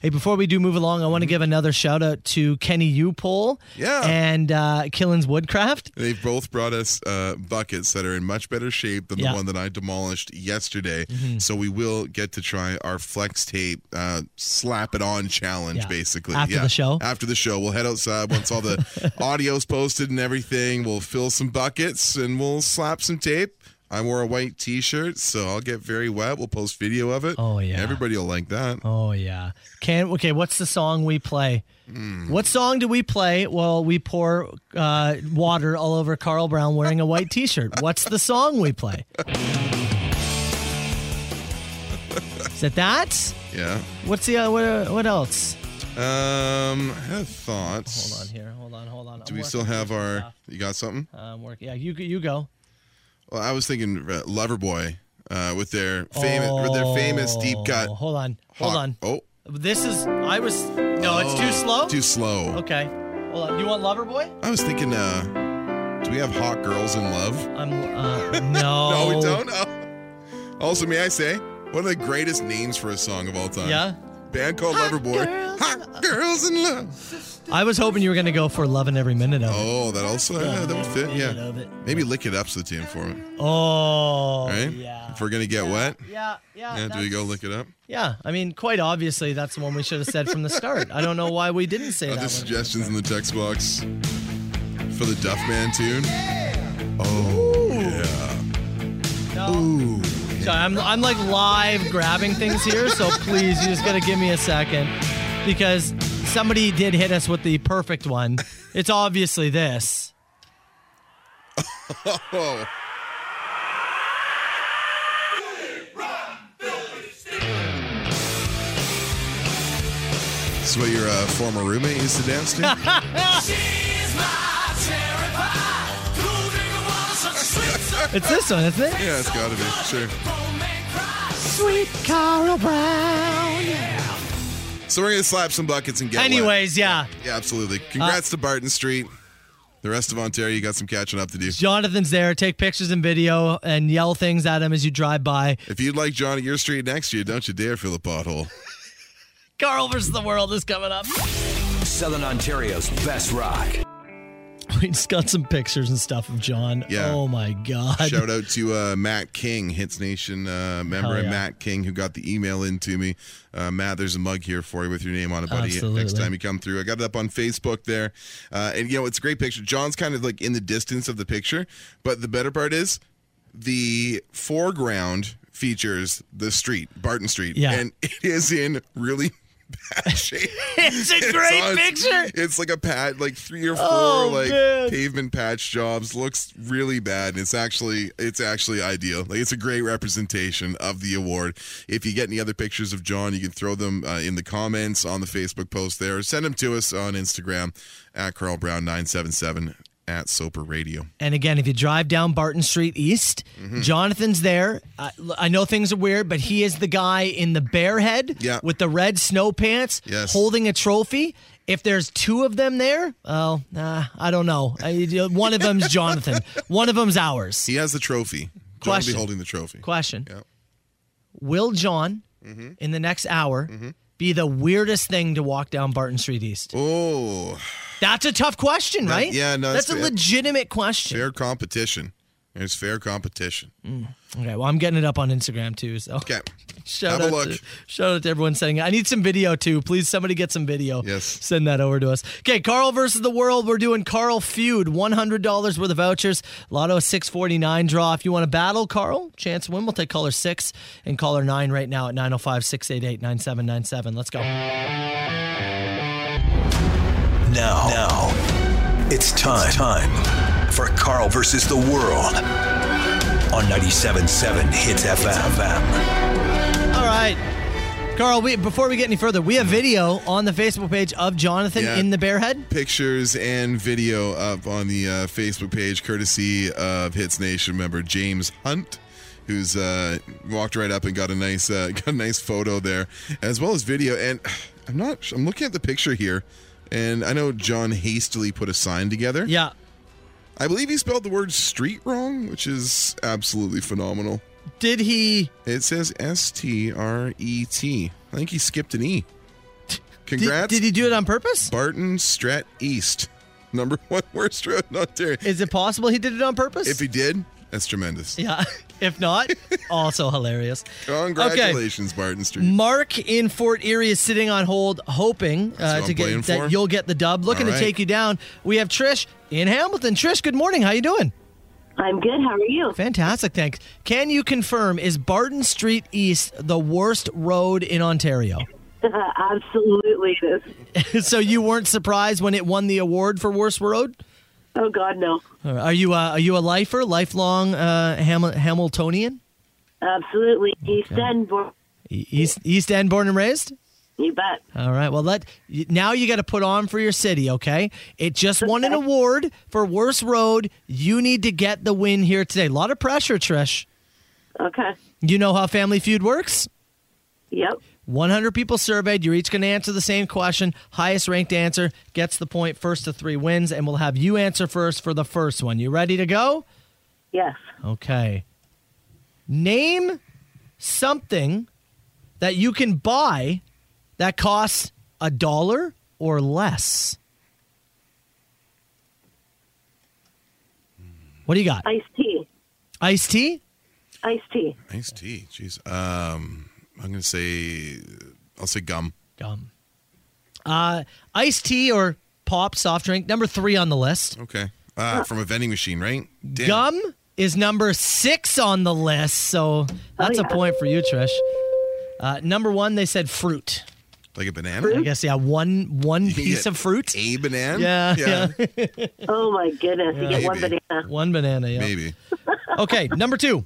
Hey, before we do move along, I want to give another shout out to Kenny Upol.
Mm-hmm. Yeah.
And uh, Killen's Woodcraft.
They've both brought us uh, buckets that are in much better shape than
Yeah. Mm-hmm.
the one that I demolished yesterday. So we will get to try our flex tape, uh, slap it on challenge,
Yeah.
basically.
After the show?
After the show. We'll head outside once all the audio's posted and everything. We'll fill some buckets and we'll slap some tape. I wore a white T-shirt, so I'll get very wet. We'll post video of it.
Oh yeah,
everybody will like that.
Oh yeah. Can okay. What's the song we play?
Hmm.
What song do we play while we pour uh, water all over Carl Brown wearing a white T-shirt? What's the song we play? Is it that?
Yeah.
What's the uh, what? What else?
Um, I had thoughts.
Hold on here. Hold on. Hold on.
Do
I'm
we still
working
have
on
our?
stuff.
You got something?
Um, work. Yeah, you you go.
Well, I was thinking uh, Loverboy uh, with their famous with their famous deep cut.
Oh, Hold on. Hold
Hawk-
on.
Oh.
This is. I was. No, it's too slow.
Too slow.
Okay. Hold on. You want Loverboy?
I was thinking, uh, do we have hot girls in love?
I'm. Uh, no.
no, we don't. know. Also, may I say, one of the greatest names for a song of all time.
Yeah.
Band called Loverboy. Hot girls in love.
I was hoping you were gonna go for loving every minute of it.
Oh, that also uh, that would fit. Yeah. Maybe lick it up's the tune for it.
Oh.
right?
Yeah.
If we're gonna get wet,
Yeah. Yeah.
yeah, do we go lick it up?
Uh, Yeah. I mean, quite obviously, that's the one we should have said from the start. I don't know why we didn't say
Other
that one.
suggestions in the text box for the Duff Man tune. Oh yeah.
No.
Ooh.
Sorry, I'm, I'm like live grabbing things here, so please, you just gotta give me a second because somebody did hit us with the perfect one. It's obviously this.
Oh. This is what your uh, former roommate used to dance to.
It's this one, isn't it?
Yeah, it's gotta be. Sure.
Sweet Carl Brown.
So we're gonna slap some buckets and get wet.
Anyways, yeah.
Yeah, absolutely. Congrats
Uh,
to Barton Street. The rest of Ontario, you got some catching up to do.
Jonathan's there. Take pictures and video and yell things at him as you drive by.
If you'd like John at your street next year, don't you dare fill a pothole.
Carl versus the world is coming up.
Southern Ontario's best rock.
We just got some pictures and stuff of John.
Yeah.
Oh my God.
Shout out to uh, Matt King, Hits Nation uh, member,
Hell yeah.
Matt King, who got the email in to me. Uh, Matt, there's a mug here for you with your name on it, buddy. Next
Absolutely.
time you come through, I got it up on Facebook there, uh, and you know it's a great picture. John's kind of like in the distance of the picture, but the better part is the foreground features the street, Barton Street,
Yeah.
and it is in really. Bad shape.
It's a great
on-
picture.
It's like a pat, like three or four,
Oh,
like
man.
pavement patch jobs looks really bad and it's actually it's actually ideal like it's a great representation of the award if you get any other pictures of john you can throw them uh, in the comments on the facebook post there or send them to us on instagram at carl brown 977 at soper radio
And again, if you drive down Barton Street East,
Mm-hmm.
Jonathan's there. I, I know things are weird, but he is the guy in the bear head
Yeah.
with the red snow pants
Yes.
holding a trophy. If there's two of them there, well, nah, I don't know. I, one of them's Jonathan, one of them's ours.
he has the trophy john will be
Question.
holding the trophy
Question
Yep.
Will John,
Mm-hmm.
in the next hour, be the weirdest thing to walk down Barton Street East?
oh
That's a tough question,
No,
right?
yeah, no,
That's,
that's
a
fair.
legitimate question.
fair competition there's fair competition
Okay, well, I'm getting it up on Instagram too. So
okay
Shout
Have
out
a look.
To, shout out to everyone sending. I need some video too. Please, somebody get some video.
Yes.
Send that over to us. Okay, Carl versus the world. We're doing Carl feud. One hundred dollars worth of vouchers. Lotto six forty nine draw. If you want to battle Carl, chance to win. We'll take caller six and caller nine oh right now at 905-688-9797. Let's go.
Now, now, it's time, time for Carl versus the world on 97.7 Hits FM.
All right. Carl, we, before we get any further, we have video on the Facebook page of Jonathan
Yeah.
in the bear head.
pictures and video up on the uh, Facebook page, courtesy of Hits Nation member James Hunt, who's uh, walked right up and got a nice uh, got a nice photo there, as well as video. And I'm not, I'm looking at the picture here, and I know John hastily put a sign together.
Yeah.
I believe he spelled the word street wrong, which is absolutely phenomenal.
Did he?
It says S T R E T. I think he skipped an E.
Did,
Congrats.
did he do it on purpose?
Barton Strat East, number one worst road in Ontario.
Is it possible he did it on purpose?
If he did, that's tremendous.
Yeah. If not, also hilarious.
Congratulations, Barton Street.
Mark in Fort Erie is sitting on hold, hoping uh,
what
to
I'm playing
get
for.
that you'll get the dub. Looking to
All right.
take you down. We have Trish in Hamilton. Trish, good morning. How you doing?
I'm good. How are you?
Fantastic. Thanks. Can you confirm is Barton Street East the worst road in Ontario?
Uh, Absolutely, it is.
so you weren't surprised when it won the award for worst road?
Oh God, no.
All right. Are you uh, are you a lifer, lifelong uh, Ham- Hamiltonian?
Absolutely, East End. Bo-
E- East East End born and raised?
You bet.
All right. Well, let y- now you got to put on for your city, okay? It just won an award for worst road. You need to get the win here today. A lot of pressure, Trish.
Okay.
You know how Family Feud works?
Yep.
100 people surveyed. You're each going to answer the same question. Highest ranked answer gets the point. First to three wins, and we'll have you answer first for the first one. You ready to go?
Yes.
Okay. Name something that you can buy that costs a dollar or less. What do you got?
Iced tea.
Iced tea?
Iced tea.
Nice tea. Jeez. Um, I'm gonna say, I'll say gum.
Gum. Uh, iced tea or pop soft drink, number three on the list.
Okay. Uh, from a vending machine, right? Damn.
Gum is number six on the list, so that's
yeah.
a point for you, Trish. Uh, number one, they said fruit.
Like a banana.
I guess yeah, one one
can
piece
get
of fruit.
A banana.
Yeah, yeah.
Oh my goodness!
Yeah.
You get one
Maybe.
banana.
One banana. Yeah.
Maybe.
okay, number two.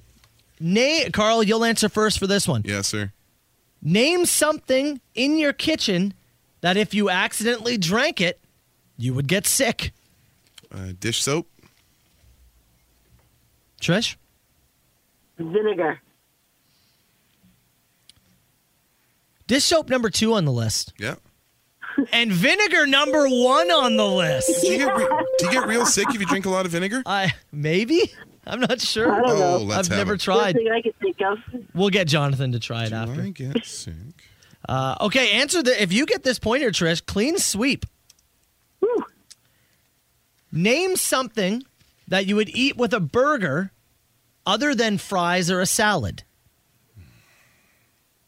Name Carl, you'll answer first for this one.
Yes, sir.
Name something in your kitchen that if you accidentally drank it, you would get sick.
Uh, dish soap.
Trish?
Vinegar.
Dish soap number two on the list.
Yeah.
And vinegar number one on the list.
Do you, get re- do you get real sick if you drink a lot of vinegar?
I maybe. I'm not sure.
I don't know.
Oh, let's
I've
have
never
it.
tried.
Something I can think of.
We'll get Jonathan to try it after.
I get sick.
Uh, okay, answer the. If you get this pointer, Trish, clean sweep.
Whew.
Name something that you would eat with a burger other than fries or a salad.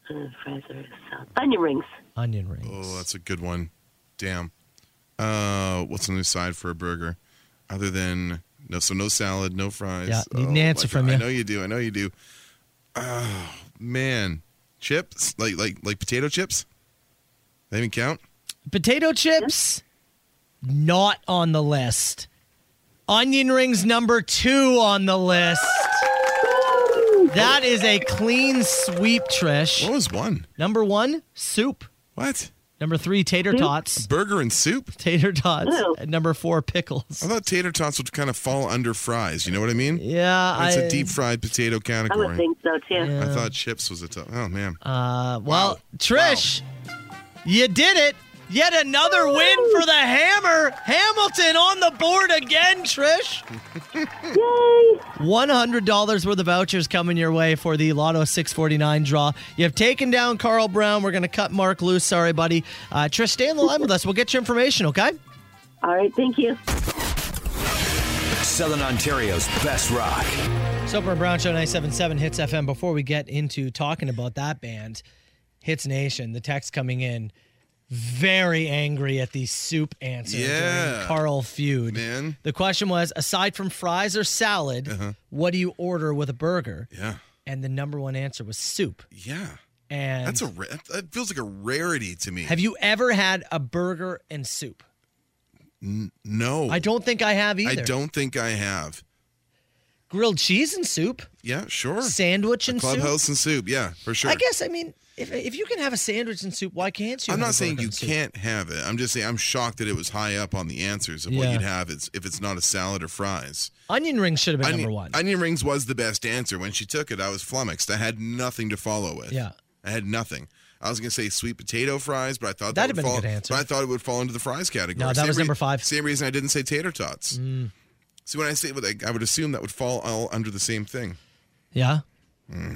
Uh, fries are soft. Onion rings.
Onion rings.
Oh, that's a good one. Damn. Uh, what's on the side for a burger, other than no? So no salad, no fries.
Yeah, need
oh,
an
my
answer
God.
from you.
I know you do. I know you do. Oh man, chips like like like potato chips. They even count.
Potato chips, not on the list. Onion rings, number two on the list. That is a clean sweep, Trish.
What was one?
Number one, soup.
What?
Number three, tater tots.
Burger and soup.
Tater tots.
Hmm? Ew.
And number four, pickles.
I thought tater tots would kind of fall under fries. You know what I mean?
Yeah,
It's
I
a deep fried potato
I would
category.
think so too.
I thought chips was a tough. Oh man.
Uh, well, Trish, you did it. Yet another win for the Hammer. Hamilton on the board again, Trish.
Yay!
$100 worth of vouchers coming your way for the Lotto 649 draw. You have taken down Carl Brown. We're going to cut Mark loose. Sorry, buddy. Uh, Trish, stay on the line with us. We'll get your information, okay?
All right. Thank you.
Southern Ontario's best rock.
Soper and Brown Show 977 Hits FM. Before we get into talking about that band, Hits Nation, the text coming in, very angry at the soup answer
Yeah.
during Carl feud.
Man. Uh-huh.
The question was, aside from fries or salad, what do you order with a burger?
Yeah.
And the number one answer was soup.
Yeah.
And
That's a ra- that feels like a rarity to me.
have you ever had a burger and soup?
No.
I don't think I have either.
I don't think I have.
Grilled cheese and soup,
Yeah, sure.
sandwich and soup.
Clubhouse and soup. Yeah, for sure.
I guess I mean if, if you can have a sandwich and soup, why can't you?
I'm
have a
not saying
burger
you
and soup?
can't have it. I'm just saying I'm shocked that it was high up on the answers of what
Yeah.
you'd have it's, if it's not a salad or fries.
Onion rings should have been
onion,
number one.
onion rings was the best answer. When she took it, I was flummoxed. I had nothing to follow with.
Yeah.
I had nothing. I was gonna say sweet potato fries, but I thought
That'd
that
have been
would
a
fall,
good answer.
But I thought it would fall into the fries category.
No, that was number five. Mm.
Same reason I didn't say tater tots. See, when I say, like, I would assume that would fall all under the same thing.
Yeah.
Hmm.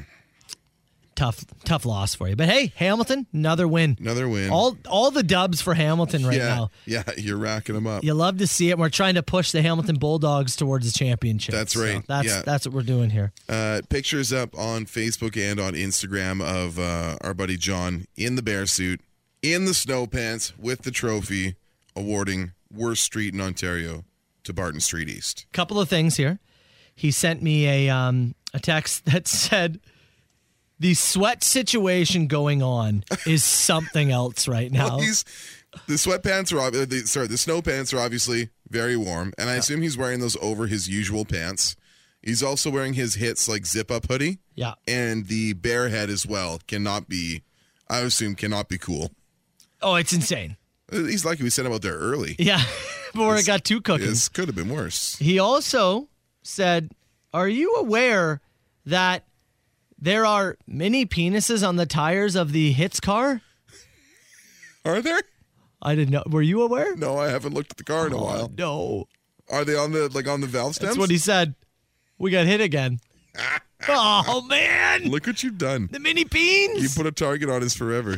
Tough, tough loss for you. But hey, Hamilton, another win.
Another win.
All, all the dubs for Hamilton right
yeah,
now.
yeah, you're racking them up.
You love to see it. We're trying to push the Hamilton Bulldogs towards the championship.
That's
So
right.
that's
Yeah.
that's what we're doing here.
Uh, pictures up on Facebook and on Instagram of uh, our buddy John in the bear suit, in the snow pants, with the trophy, awarding worst street in Ontario to Barton Street East.
Couple of things here. he sent me a um, a text that said the sweat situation going on is something else right now.
Well, he's the sweatpants are ob- uh, the, sorry, the snow pants are obviously very warm, and I assume he's wearing those over his usual pants. He's also wearing his hits like zip up hoodie.
Yeah.
and the bear head as well cannot be. I assume cannot be cool.
oh, it's insane.
Uh, He's lucky we sent him out there early.
Yeah, before it got too cooking.
This could have been worse.
He also said, Are you aware that there are mini penises on the tires of the Hits car?
Are there?
I didn't know. Were you aware?
No, I haven't looked at the car in a while.
No,
are they on the like on the valve stems?
That's what he said. We got hit again. oh, man.
Look what you've done.
The mini beans.
You put a target on us forever.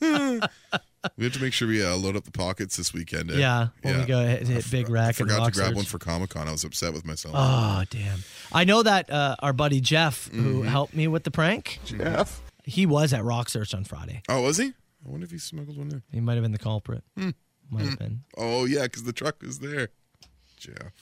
we have to make sure we uh, load up the pockets this weekend. eh?
Yeah, when we go hit,
I
hit Big
I
Rack and
forgot to grab
Rocksurge.
one for Comic Con. I was upset with myself.
Oh, damn. I know that uh, our buddy Jeff, who
Mhm.
helped me with the prank,
Jeff?
he was at Rock Search on Friday.
Oh, was he? I wonder if he smuggled one in.
He might have been the culprit.
Hmm.
Might have
Hmm.
been.
Oh, yeah, because the truck was there. Jeff.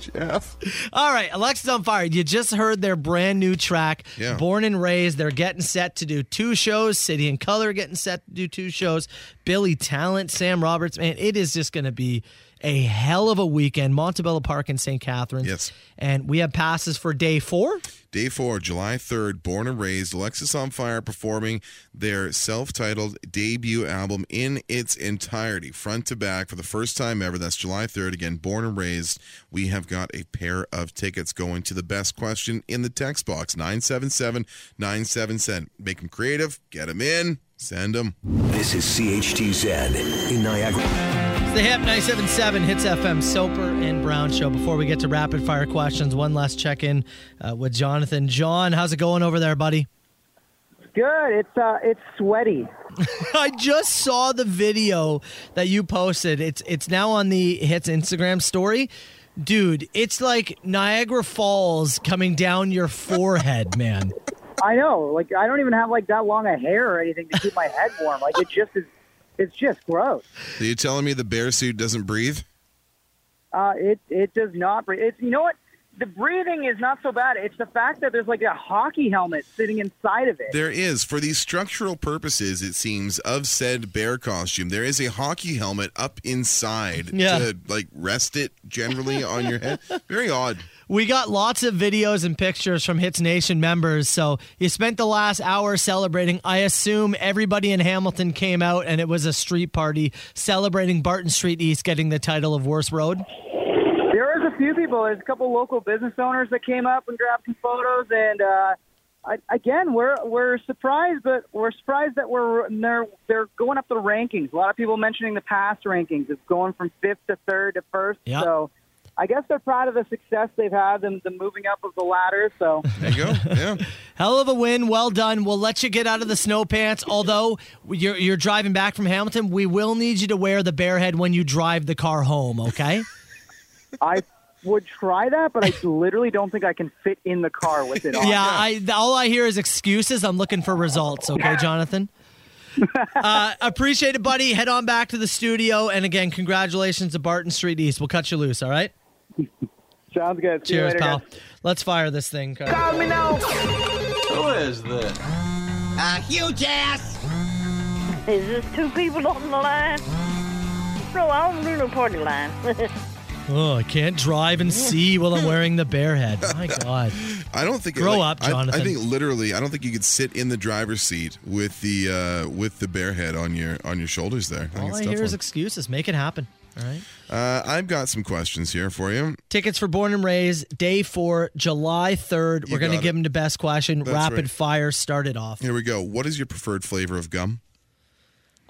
Jeff.
All right, Alexis on fire. You just heard their brand new track,
Yeah.
Born and Raised. They're getting set to do two shows. City and Color getting set to do two shows. Billy Talent, Sam Roberts. Man, it is just going to be a hell of a weekend. Montebello Park in St. Catharines.
Yes.
And we have passes for day four.
Day four, July 3rd, Born and Raised, Alexis on Fire performing their self titled debut album in its entirety, front to back, for the first time ever. That's July 3rd. Again, Born and Raised. We have got a pair of tickets going to the best question in the text box 977 977. Make them creative, get them in, send them.
This is CHTZ in Niagara.
It's the Hip 977 Hits FM Soper and Brown Show. Before we get to rapid fire questions, one last check in uh, with Jonathan. John, how's it going over there, buddy?
Good. It's uh, it's sweaty.
I just saw the video that you posted. It's it's now on the Hits Instagram story. Dude, it's like Niagara Falls coming down your forehead, man.
I know. Like I don't even have like that long a hair or anything to keep my head warm. Like it just is. It's just gross.
Are you telling me the bear suit doesn't breathe?
Uh, it it does not breathe. It's you know what? The breathing is not so bad. It's the fact that there's like a hockey helmet sitting inside of it.
There is, for these structural purposes, it seems, of said bear costume, there is a hockey helmet up inside
Yeah.
to like rest it generally on your head. Very odd.
We got lots of videos and pictures from Hits Nation members. So you spent the last hour celebrating. I assume everybody in Hamilton came out and it was a street party celebrating Barton Street East getting the title of Worst Road.
There was a few people. There's a couple local business owners that came up and grabbed some photos. And uh, I, again, we're we're surprised, but we're surprised that we're they're they're going up the rankings. A lot of people mentioning the past rankings of going from fifth to third to first.
Yeah.
So I guess they're proud of the success they've had and the moving up of the ladder. So
There you go. Yeah.
Hell of a win. Well done. We'll let you get out of the snow pants. Although you're, you're driving back from Hamilton, we will need you to wear the bear head when you drive the car home, okay?
I would try that, but I literally don't think I can fit in the car with it. on.
Yeah, I, all I hear is excuses. I'm looking for results, okay, Jonathan? uh, appreciate it, buddy. Head on back to the studio. And again, congratulations to Barton Street East. We'll cut you loose, all right?
Sounds good. See you
Cheers,
later,
pal.
guys.
Let's fire this thing. Carter.
me now.
Who is this?
A huge ass.
Is this two people on the line? No, I don't do no party line.
Oh, I can't drive and see while I'm wearing the bear head. My God.
I don't think
Grow
like,
up,
I-
Jonathan.
I, think literally, I don't think you could sit in the driver's seat with the uh, with the bear head on your on your shoulders there. I think
all
it's
I
a tough
hear is
one.
excuses. Make it happen, all right?
uh, I've got some questions here for you.
Tickets for Born and Raised, day four, July 3rd.
You
We're going to
got
give them to best question.
That's
Rapid
right.
fire started off.
Here we go. What is your preferred flavor of gum?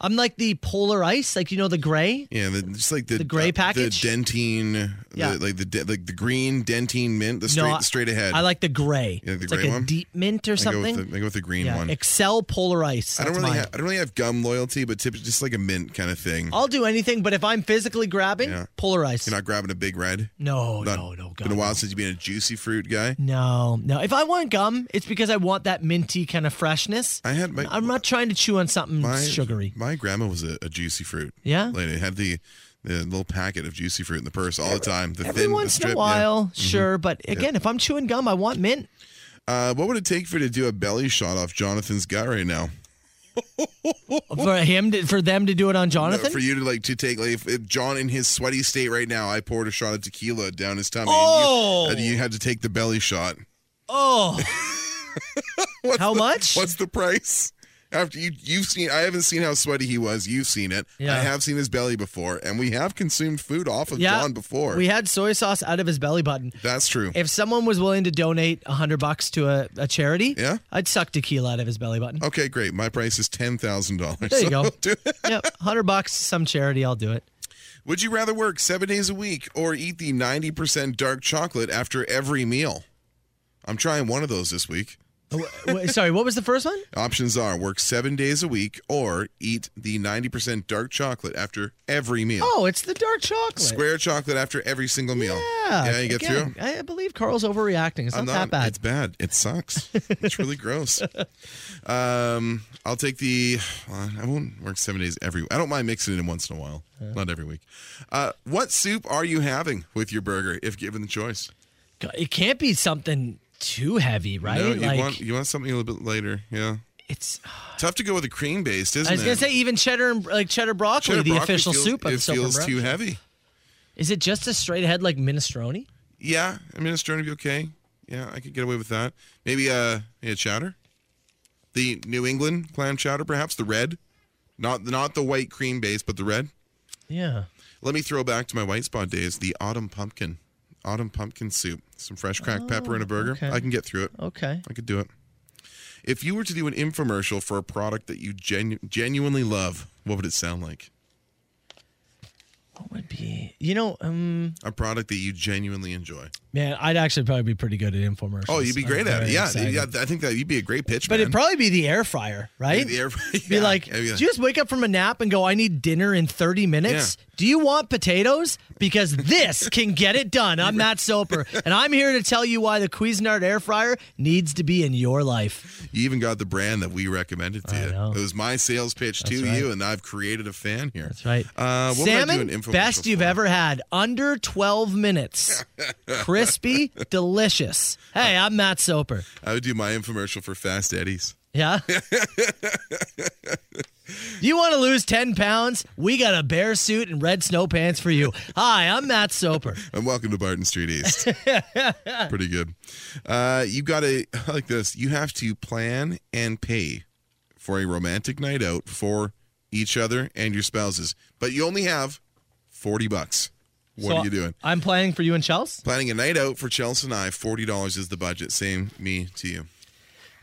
I'm like the polar ice, like, you know, the gray.
Yeah, the, just like the,
The gray package?
the dentine,
Yeah.
the, like the de- like the green dentine mint, the
No,
straight
I-
straight ahead.
I like the gray.
You like the
it's
gray
like a
one?
deep mint or
I go
something.
with the, I go with the green
Yeah,
one.
Excel polar ice.
I don't
that's
really,
mine.
ha- I don't really have gum loyalty, but typically just like a mint kind of thing.
I'll do anything, but if I'm physically grabbing,
Yeah.
polar ice.
You're not grabbing a big red.
No,
Not-
no, no.
Been a while since you've been a juicy fruit guy.
No, no. If I want gum, it's because I want that minty kind of freshness.
I had my,
I'm not trying to chew on something
my
sugary.
My grandma was a, a juicy fruit.
Yeah?
like it had the the little packet of juicy fruit in the purse all the time. The
Every
thin
once in
strip, yeah.
a while,
Mhm.
sure. But
Yeah.
again, if I'm chewing gum, I want mint.
Uh, what would it take for you to do a belly shot off Jonathan's gut right now?
for him, to, for them to do it on Jonathan.
No, Uh, for you to like to take like if, if John in his sweaty state right now, I poured a shot of tequila down his tummy.
Oh!
and you, and you had to take the belly shot.
Oh,
how
much?
What's the price? After you, you've seen. I haven't seen how sweaty he was. You've seen it.
Yeah.
I have seen his belly before, and we have consumed food off of
yeah.
John before.
we had soy sauce out of his belly button.
That's true.
If someone was willing to donate a hundred bucks to a, a charity, yeah, I'd suck tequila out of his belly button.
okay, great. My price is ten thousand dollars.
There you go. yep, hundred bucks, some charity, I'll do it.
Would you rather work seven days a week or eat the 90% dark chocolate after every meal? I'm trying one of those this week.
Wait, sorry, what was the first one?
Options are work seven days a week or eat the 90% dark chocolate after every meal.
Oh, it's the dark chocolate.
Square chocolate after every single meal.
Yeah,
Yeah, you get
again,
through?
I I believe Carl's overreacting. It's not,
I'm
that bad.
It's bad. It sucks. It's really gross. Um, I'll take the. well, I won't work seven days every. I don't mind mixing it in once in a while, not every week. Uh, what soup are you having with your burger if given the choice?
It can't be something too heavy, right?
No, you
like
want you want something a little bit lighter. Yeah,
it's
tough to go with a cream based, isn't
I was
it?
gonna say even cheddar and like cheddar broccoli,
Cheddar
the
broccoli
official
feels-
soup of
It
Silver
feels
Brush.
too heavy.
Is it just a straight ahead like minestrone?
Yeah, I mean, it's going to be okay. Yeah, I could get away with that. Maybe uh, yeah, chowder, the New England clam chowder, perhaps the red, not not the white cream base, but the red.
Yeah.
Let me throw back to my white spot days. The autumn pumpkin, autumn pumpkin soup, some fresh cracked pepper in a burger.
Oh, okay.
I can get through it.
Okay.
I could do it. If you were to do an infomercial for a product that you genu- genuinely love, what would it sound like?
You know, um,
A product that you genuinely enjoy.
man, I'd actually probably be pretty good at infomercials.
Oh, you'd be
I'm
great at it.
very
Yeah,
excited.
yeah, I think that you'd be a great pitch.
But
man.
it'd probably be the air fryer, right?
The air-
Be
yeah,
like,
yeah, yeah.
do you just wake up from a nap and go, I need dinner in 30 minutes? Do you want potatoes? Because this can get it done. I'm Matt Soper, and I'm here to tell you why the Cuisinart air fryer needs to be in your life.
You even got the brand that we recommended to you. It was my sales pitch to
right.
you, and I've created a fan here. That's
right.
Uh, what
Salmon,
would I do an infomercial
best you've ever had, under 12 minutes. Crispy, delicious. Hey, I'm Matt Soper.
I would do my infomercial for Fast Eddie's.
Yeah. you want to lose 10 pounds? We got a bear suit and red snow pants for you. Hi, I'm Matt Soper.
And welcome to Barton Street East. Pretty good. Uh, you got to, like this, you have to plan and pay for a romantic night out for each other and your spouses, but you only have 40 bucks. What
So
are you doing?
I'm planning for you and Chels.
Planning a night out for Chelsea and I, $40 is the budget. Same me to you.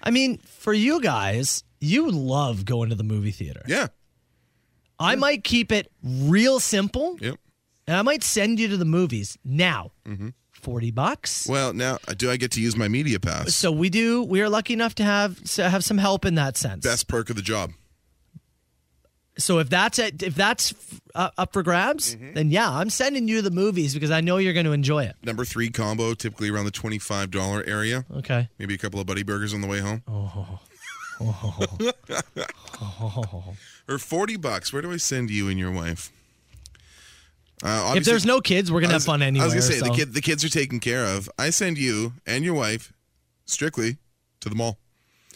I mean, for you guys, you love going to the movie theater.
Yeah.
I might keep it real simple.
Yep.
And I might send you to the movies now.
Mm-hmm.
40 bucks.
Well, now, uh, do I get to use my media pass?
So we do we are lucky enough to have to have some help in that sense.
Best perk of the job.
So if that's it, if that's uh, up for grabs,
Mm-hmm.
then yeah, I'm sending you to the movies because I know you're going to enjoy it.
Number three combo, typically around the twenty-five dollar area.
Okay.
Maybe a couple of buddy burgers on the way home.
Oh.
Or forty bucks. Where do I send you and your wife?
If
Uh, obviously-
there's no kids, we're gonna
I
have
was-
fun anyway.
I was gonna say
so.
the kid, the kids are taken care of. I send you and your wife strictly to the mall.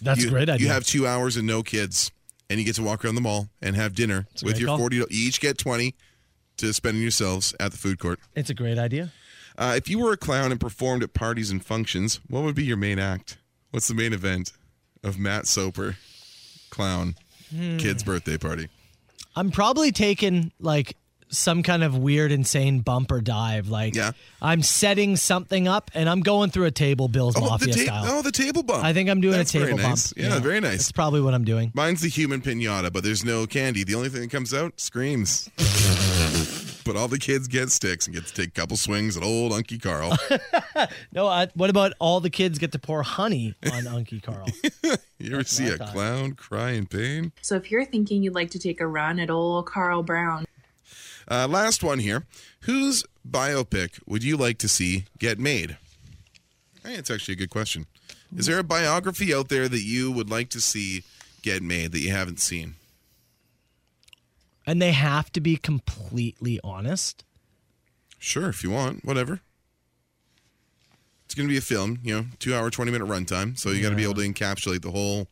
That's
you,
a great idea.
You have two hours and no kids, and you get to walk around the mall and have dinner
a
with
great
your
call.
forty. You each get twenty to spend on yourselves at the food court.
It's a great idea.
Uh, if you were a clown and performed at parties and functions, what would be your main act? What's the main event of Matt Soper, clown,
Hmm.
kid's birthday party?
I'm probably taking like some kind of weird, insane bump or dive. Like I'm setting something up and I'm going through a table, Bills Mafia
the
style.
oh, the table bump.
I think I'm doing
That's
a
very
table bump.
nice. Yeah, very nice.
That's probably what I'm doing.
Mine's the human pinata, but there's no candy. The only thing that comes out screams. but all the kids get sticks and get to take a couple swings at old Unky Carl.
No, uh, what about all the kids get to pour honey on Unky Carl?
You ever see a clown cry in pain?
So if you're thinking you'd like to take a run at old Carl Brown,
Uh, last one here. Whose biopic would you like to see get made? Hey, it's actually a good question. Is there a biography out there that you would like to see get made that you haven't seen?
and they have to be completely honest.
Sure, if you want, whatever. It's going to be a film, you know, two hour, twenty minute runtime. So you got to be able to encapsulate the whole,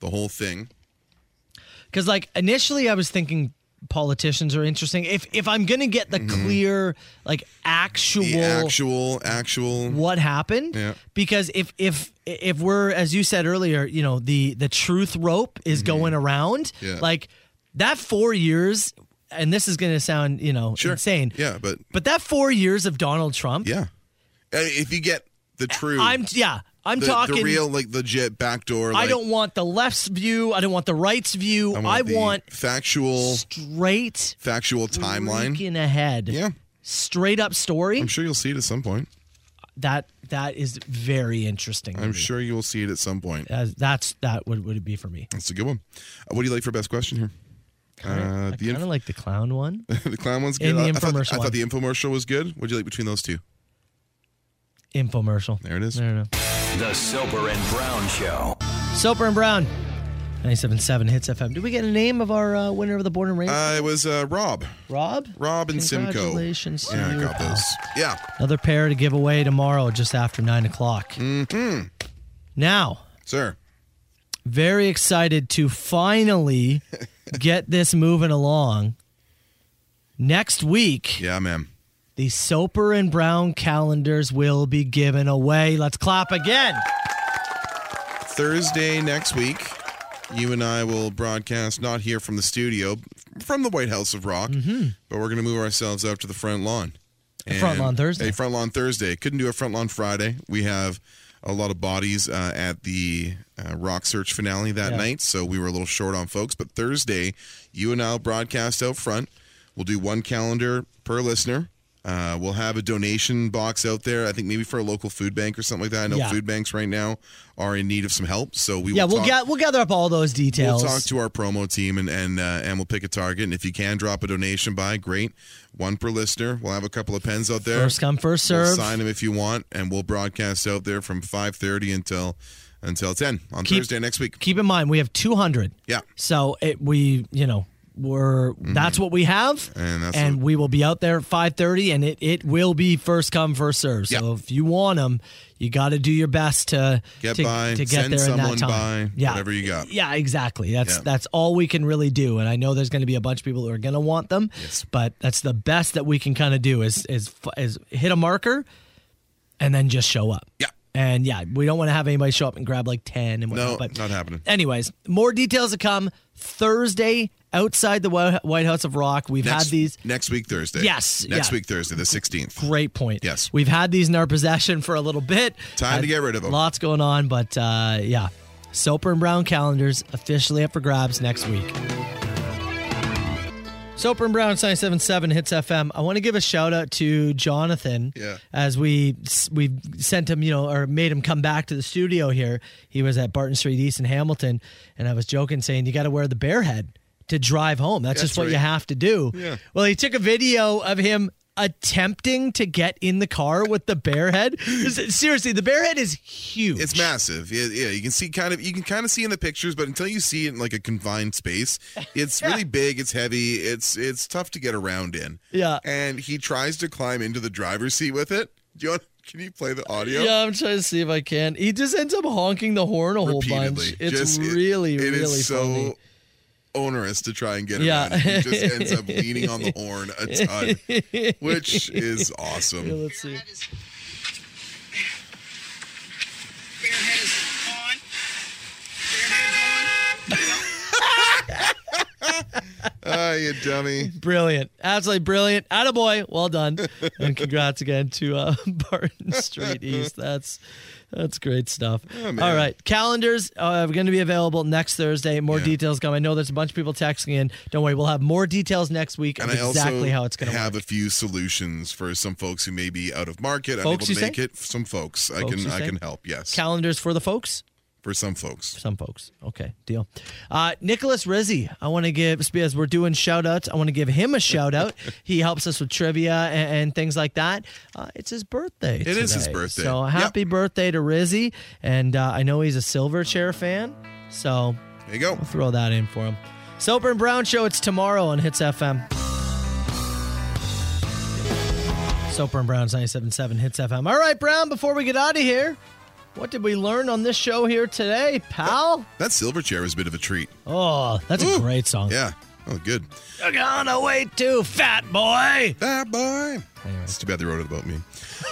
the whole thing.
Because like initially, I was thinking politicians are interesting. If if I'm gonna get the clear like actual
Mm-hmm. The actual, actual.
what happened,
Yeah.
because if if if we're as you said earlier, you know the the truth rope is going around,
Mm-hmm. Yeah.
like that four years. And this is going to sound, you know, insane.
Yeah, but
but that four years of Donald Trump.
Yeah, Uh, If you get the true,
I'm yeah, I'm
the,
talking
the real, like legit backdoor.
I
like,
don't want the left's view. I don't want the right's view.
I
I
want
want,
the factual,
straight,
factual timeline.
freaking ahead.
Yeah,
straight up story. I'm
sure you'll see it at some point.
That that is very interesting. to
I'm
me.
sure you will see it at some point.
As- that's that would would it be for me?
That's a good one. Uh, what do you like for best question here? uh, the,
Kind of like the clown one.
inf- the clown one's good.
And the
I, I thought, I
infomercial
thought
one.
the infomercial was good. What do you like between those two?
Infomercial.
There it is.
The Soper and Brown Show.
Soper and Brown. 97.7 Hits FM. Did we get a name of our uh, winner of the Born and Raised?
Uh, it was uh, Rob.
Rob?
Rob and Simcoe.
Congratulations to
Yeah, I
you,
got
pal.
those. Yeah.
Another pair to give away tomorrow just after 9 o'clock.
Mm-hmm.
Now.
Sir.
Very excited to finally get this moving along. Next week.
Yeah, ma'am.
The Soper and Brown calendars will be given away. Let's clap again.
Thursday next week, you and I will broadcast not here from the studio, from the White House of Rock, but we're going to move ourselves out to the front lawn.
A Mm-hmm. front lawn Thursday.
A front lawn Thursday. Couldn't do a front lawn Friday. We have a lot of bodies uh, at the uh, Rock Search finale that
Yeah.
night, so we were a little short on folks. But Thursday, you and I will broadcast out front. We'll do one calendar per listener. Uh, we'll have a donation box out there. I think maybe for a local food bank or something like that. I know
Yeah.
food banks right now are in need of some help, so we
yeah,
will
we'll
talk-
get we'll gather up all those details.
We'll talk to our promo team and and uh, and we'll pick a target. And if you can drop a donation by, great. One per listener. We'll have a couple of pens out there.
First come, first
We'll
serve.
sign them if you want, and we'll broadcast out there from five thirty until until ten on
Keep-
Thursday next week.
Keep in mind we have 200.
Yeah. Mm-hmm.
So it we, you know, we're that's what we have.
And that's
and we will be out there at 5:30 and it it will be first come first serve. So if you want them, you got to do your best to
Get
to,
by,
to get
send
there in
someone
that time.
by, whatever you got.
Yeah, exactly. That's
Yeah.
that's all we can really do and I know there's going to be a bunch of people who are going to want them, but that's the best that we can kind of do is is f- is hit a marker and then just show up.
Yeah.
And yeah, we don't want to have anybody show up and grab like 10 and whatnot.
No,
but
not happening.
Anyways, more details to come Thursday outside the Whi- White House of Rock. We've
next,
had these.
next week Thursday.
Yes,
next
yeah.
week Thursday the sixteenth.
Great point.
Yes.
We've had these in our possession for a little bit.
Time to get rid of 'em.
Lots going on, but uh, yeah. Soper and Brown calendars officially up for grabs next week. Soper and Brown 977 hits FM. I want to give a shout out to Jonathan.
Yeah.
As we we sent him, you know, or made him come back to the studio here. He was at Barton Street East in Hamilton, and I was joking saying you got to wear the bear head to drive home. That's,
That's
just what you
right.
have to do.
Yeah.
Well, he took a video of him attempting to get in the car with the bear head. Seriously, the bear head is huge.
It's massive. Yeah, yeah, you can see kind of you can kind of see in the pictures, but until you see it in like a confined space, it's really big. It's heavy. It's it's tough to get around in.
Yeah.
And he tries to climb into the driver's seat with it. Do you want? Can you play the audio?
Yeah, I'm trying to see if I can. He just ends up honking the horn a whole bunch.
Repeatedly.
It's
Just- it-
really,
it is
really
so
funny.
onerous to try and get
Yeah.
around. It. He just ends up leaning on the horn a ton, which is awesome.
Yeah, let's see.
Ah, you dummy.
Brilliant. Absolutely brilliant. Attaboy. Well done. and congrats again to uh, Barton Street East. That's that's great stuff.
Oh,
Yeah, man.
All right. Calendars uh, are going to be available next Thursday. More details come. I know there's a bunch of people texting in. Don't worry. We'll have more details next week
And
of
I also
exactly how it's going to work.
have a few solutions for some folks who may be out of market,
Folks,
unable
you
to
say?
make it. Some folks, I
Folks,
can
you
I
say?
can help. Yes,
Calendars for the folks?
for some folks.
Some folks. Okay, deal. Uh, Nicholas Rizzi, I want to give, as we're doing shout outs, I want to give him a shout out. he helps us with trivia and, and things like that. Uh, it's his birthday.
It is his
today.
birthday.
So happy birthday to Rizzy. And uh, I know he's a Silverchair fan. So
there you go.
We'll throw that in for him. Soper and Brown Show, it's tomorrow on Hits FM. Soper and Brown's 97.7 Hits FM. All right, Brown, before we get out of here, what did we learn on this show here today, pal?
That Silverchair was a bit of a treat.
Oh, that's a great song.
Yeah. Oh, good.
You're gonna wait too, fat boy.
Fat boy. It's too bad they wrote it about me.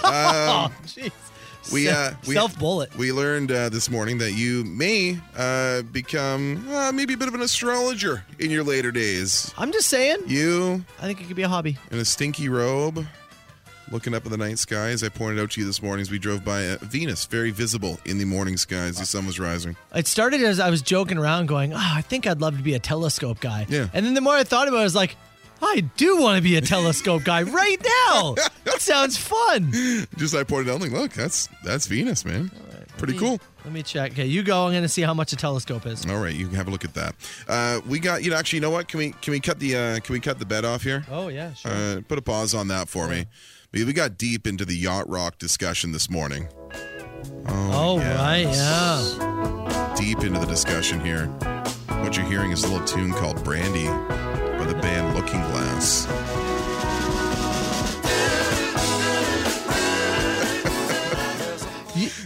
Um,
Jeez.
we uh, we
self bullet.
We learned uh, this morning that you may uh, become uh, maybe a bit of an astrologer in your later days.
I'm just saying.
You
I think it could be a hobby.
in a stinky robe, looking up at the night sky. As I pointed out to you this morning, as we drove by uh, Venus, very visible in the morning skies. The sun was rising.
It started as I was joking around, going, "Oh, I think I'd love to be a telescope guy."
Yeah.
And then the more I thought about it, I was like, "I do want to be a telescope guy right now. that sounds fun."
Just I pointed out, I'm like, look, that's that's Venus, man. Pretty
Let me-
cool.
Let me check. Okay, you go. I'm gonna see how much a telescope is.
All right, you can have a look at that. Uh, we got you know actually you know what? Can we can we cut the uh, can we cut the bed off here?
Oh yeah, sure.
Uh, put a pause on that for me. Because we got deep into the yacht rock discussion this morning.
Oh, right, yeah.
Deep into the discussion here. What you're hearing is a little tune called Brandy by the band Looking Glass.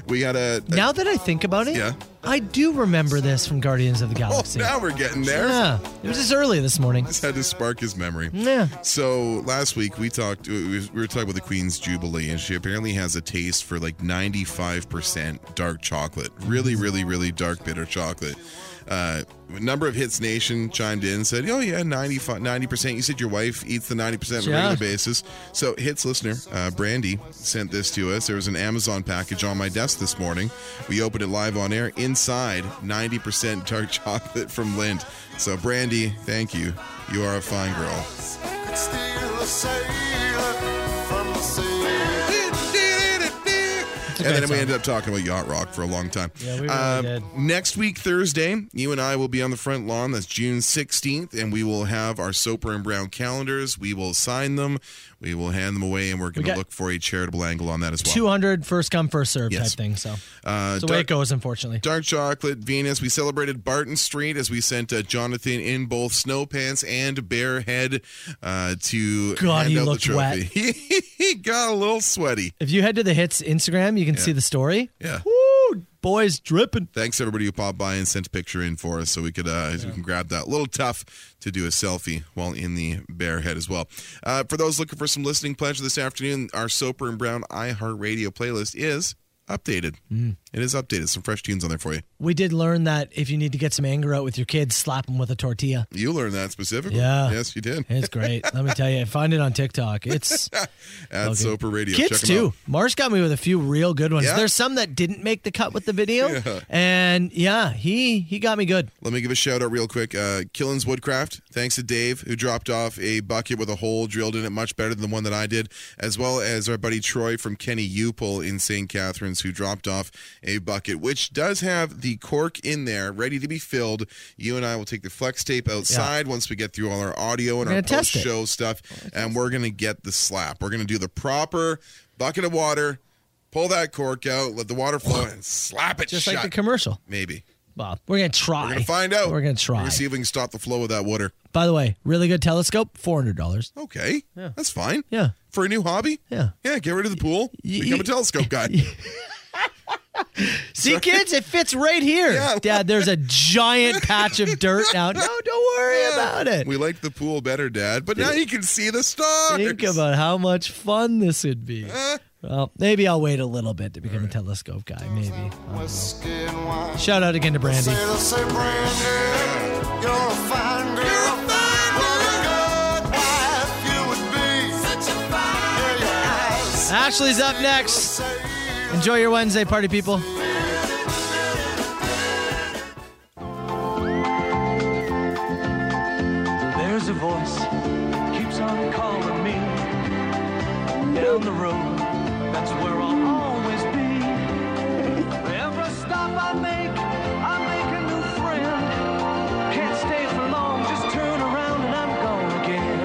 we got a, a
Now that I think about it,
Yeah.
I do remember this from Guardians of the
Oh,
Galaxy.
now we're getting there.
Yeah, it was just early this morning.
This had to spark his memory.
Yeah.
So last week we talked, we we were talking about the Queen's Jubilee, and she apparently has a taste for like 95% dark chocolate. Really,
Mm-hmm.
really, really dark bitter chocolate. Uh, a number of Hits Nation chimed in and said, Oh, yeah, 95, 90%. You said your wife eats the 90% on a
Yeah.
regular basis. So, Hits listener, uh, Brandy, sent this to us. There was an Amazon package on my desk this morning. We opened it live on air. Inside, 90% dark chocolate from Lind. So, Brandy, thank you. You are a fine girl.
Could steal a sailor from the sea.
and then
great
we
song.
ended up talking about yacht rock for a long time. Um,
Yeah, we really did.
Next week, Thursday, you and I will be on the front lawn. That's June 16th, and we will have our Soper and Brown calendars. We will sign them, we will hand them away, and we're going to
got-
look for a charitable angle on that as well.
200 first come first serve
Yes.
type thing. So
Uh,
that's the way
dark,
it goes, unfortunately.
dark chocolate, Venus. We celebrated Barton Street as we sent uh, Jonathan in both snow pants and bare head uh, to
God,
hand
he
out
looked
the
wet.
trophy. he got a little sweaty.
If you head to the hits Instagram, you can see the story.
Yeah.
Woo, boys dripping.
Thanks everybody who popped by and sent a picture in for us, so we could uh, we can grab that. A little tough to do a selfie while in the bare head as well. Uh, for those looking for some listening pleasure this afternoon, our Soper and Brown iHeartRadio playlist is updated.
Mm.
It is updated. Some fresh tunes on there for you.
We did learn that if you need to get some anger out with your kids, slap them with a tortilla.
You learned that specifically.
Yeah.
Yes, you did.
It's great. Let me tell you, find it on TikTok. It's
At
Okay.
Soper Radio.
kids
Check 'em
too.
out.
Marsh got me with a few real good ones.
Yeah?
There's some that didn't make the cut with the video,
Yeah.
and yeah, he he got me good.
Let me give a shout out real quick. Uh, Killins Woodcraft. Thanks to Dave, who dropped off a bucket with a hole drilled in it much better than the one that I did, as well as our buddy Troy from Kenny Upel in St. Catharines, who dropped off a bucket, which does have the cork in there ready to be filled. You and I will take the flex tape outside once we get through all our audio and
We're
our
gonna
post
test it.
show stuff, and we're going to get the slap. We're going to do the proper bucket of water, pull that cork out, let the water flow, and slap it
Just
shut.
like the commercial.
Maybe.
Well, we're gonna try.
We're gonna find out.
We're gonna
We're
try.
gonna see if we can stop the flow of that water.
By the way, really good telescope, four hundred dollars.
Okay, that's fine.
Yeah.
For a new hobby,
Yeah.
yeah, get rid of the pool,
Y-
become
y-
a telescope guy.
See, kids, it fits right here. Dad, there's a giant patch of dirt now. No, don't worry about it.
we like the pool better, Dad, but now you can see the stars.
Think about how much fun this would be.
Uh-huh.
Well, maybe I'll wait a little bit to become a telescope guy. Maybe. I don't
Whiskey and wine.
know. Shout out again to Brandy.
Sailors say, Brandy, you're a fine girl. What a good wife you would be. Yeah, your eyes
Ashley's up next. Enjoy your Wednesday, party people.
There's a voice keeps on calling me down the road. That's where I'll always be. Every stop I make, I make a new friend. Can't stay for long, just turn around and I'm gone again.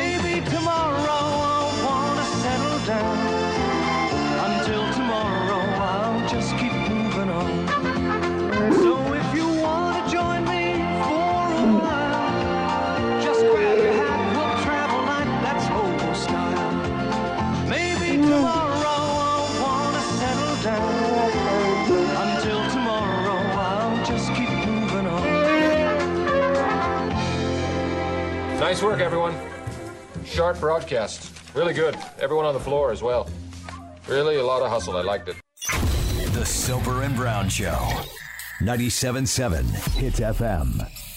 Maybe tomorrow I'll wanna settle down. Until tomorrow I'll just keep moving on. So if you wanna join me for a
Nice work, everyone. Sharp broadcast. Really good. Everyone on the floor as well. Really a lot of hustle. I liked it.
The Soper and Brown Show. 97.7 Hits FM.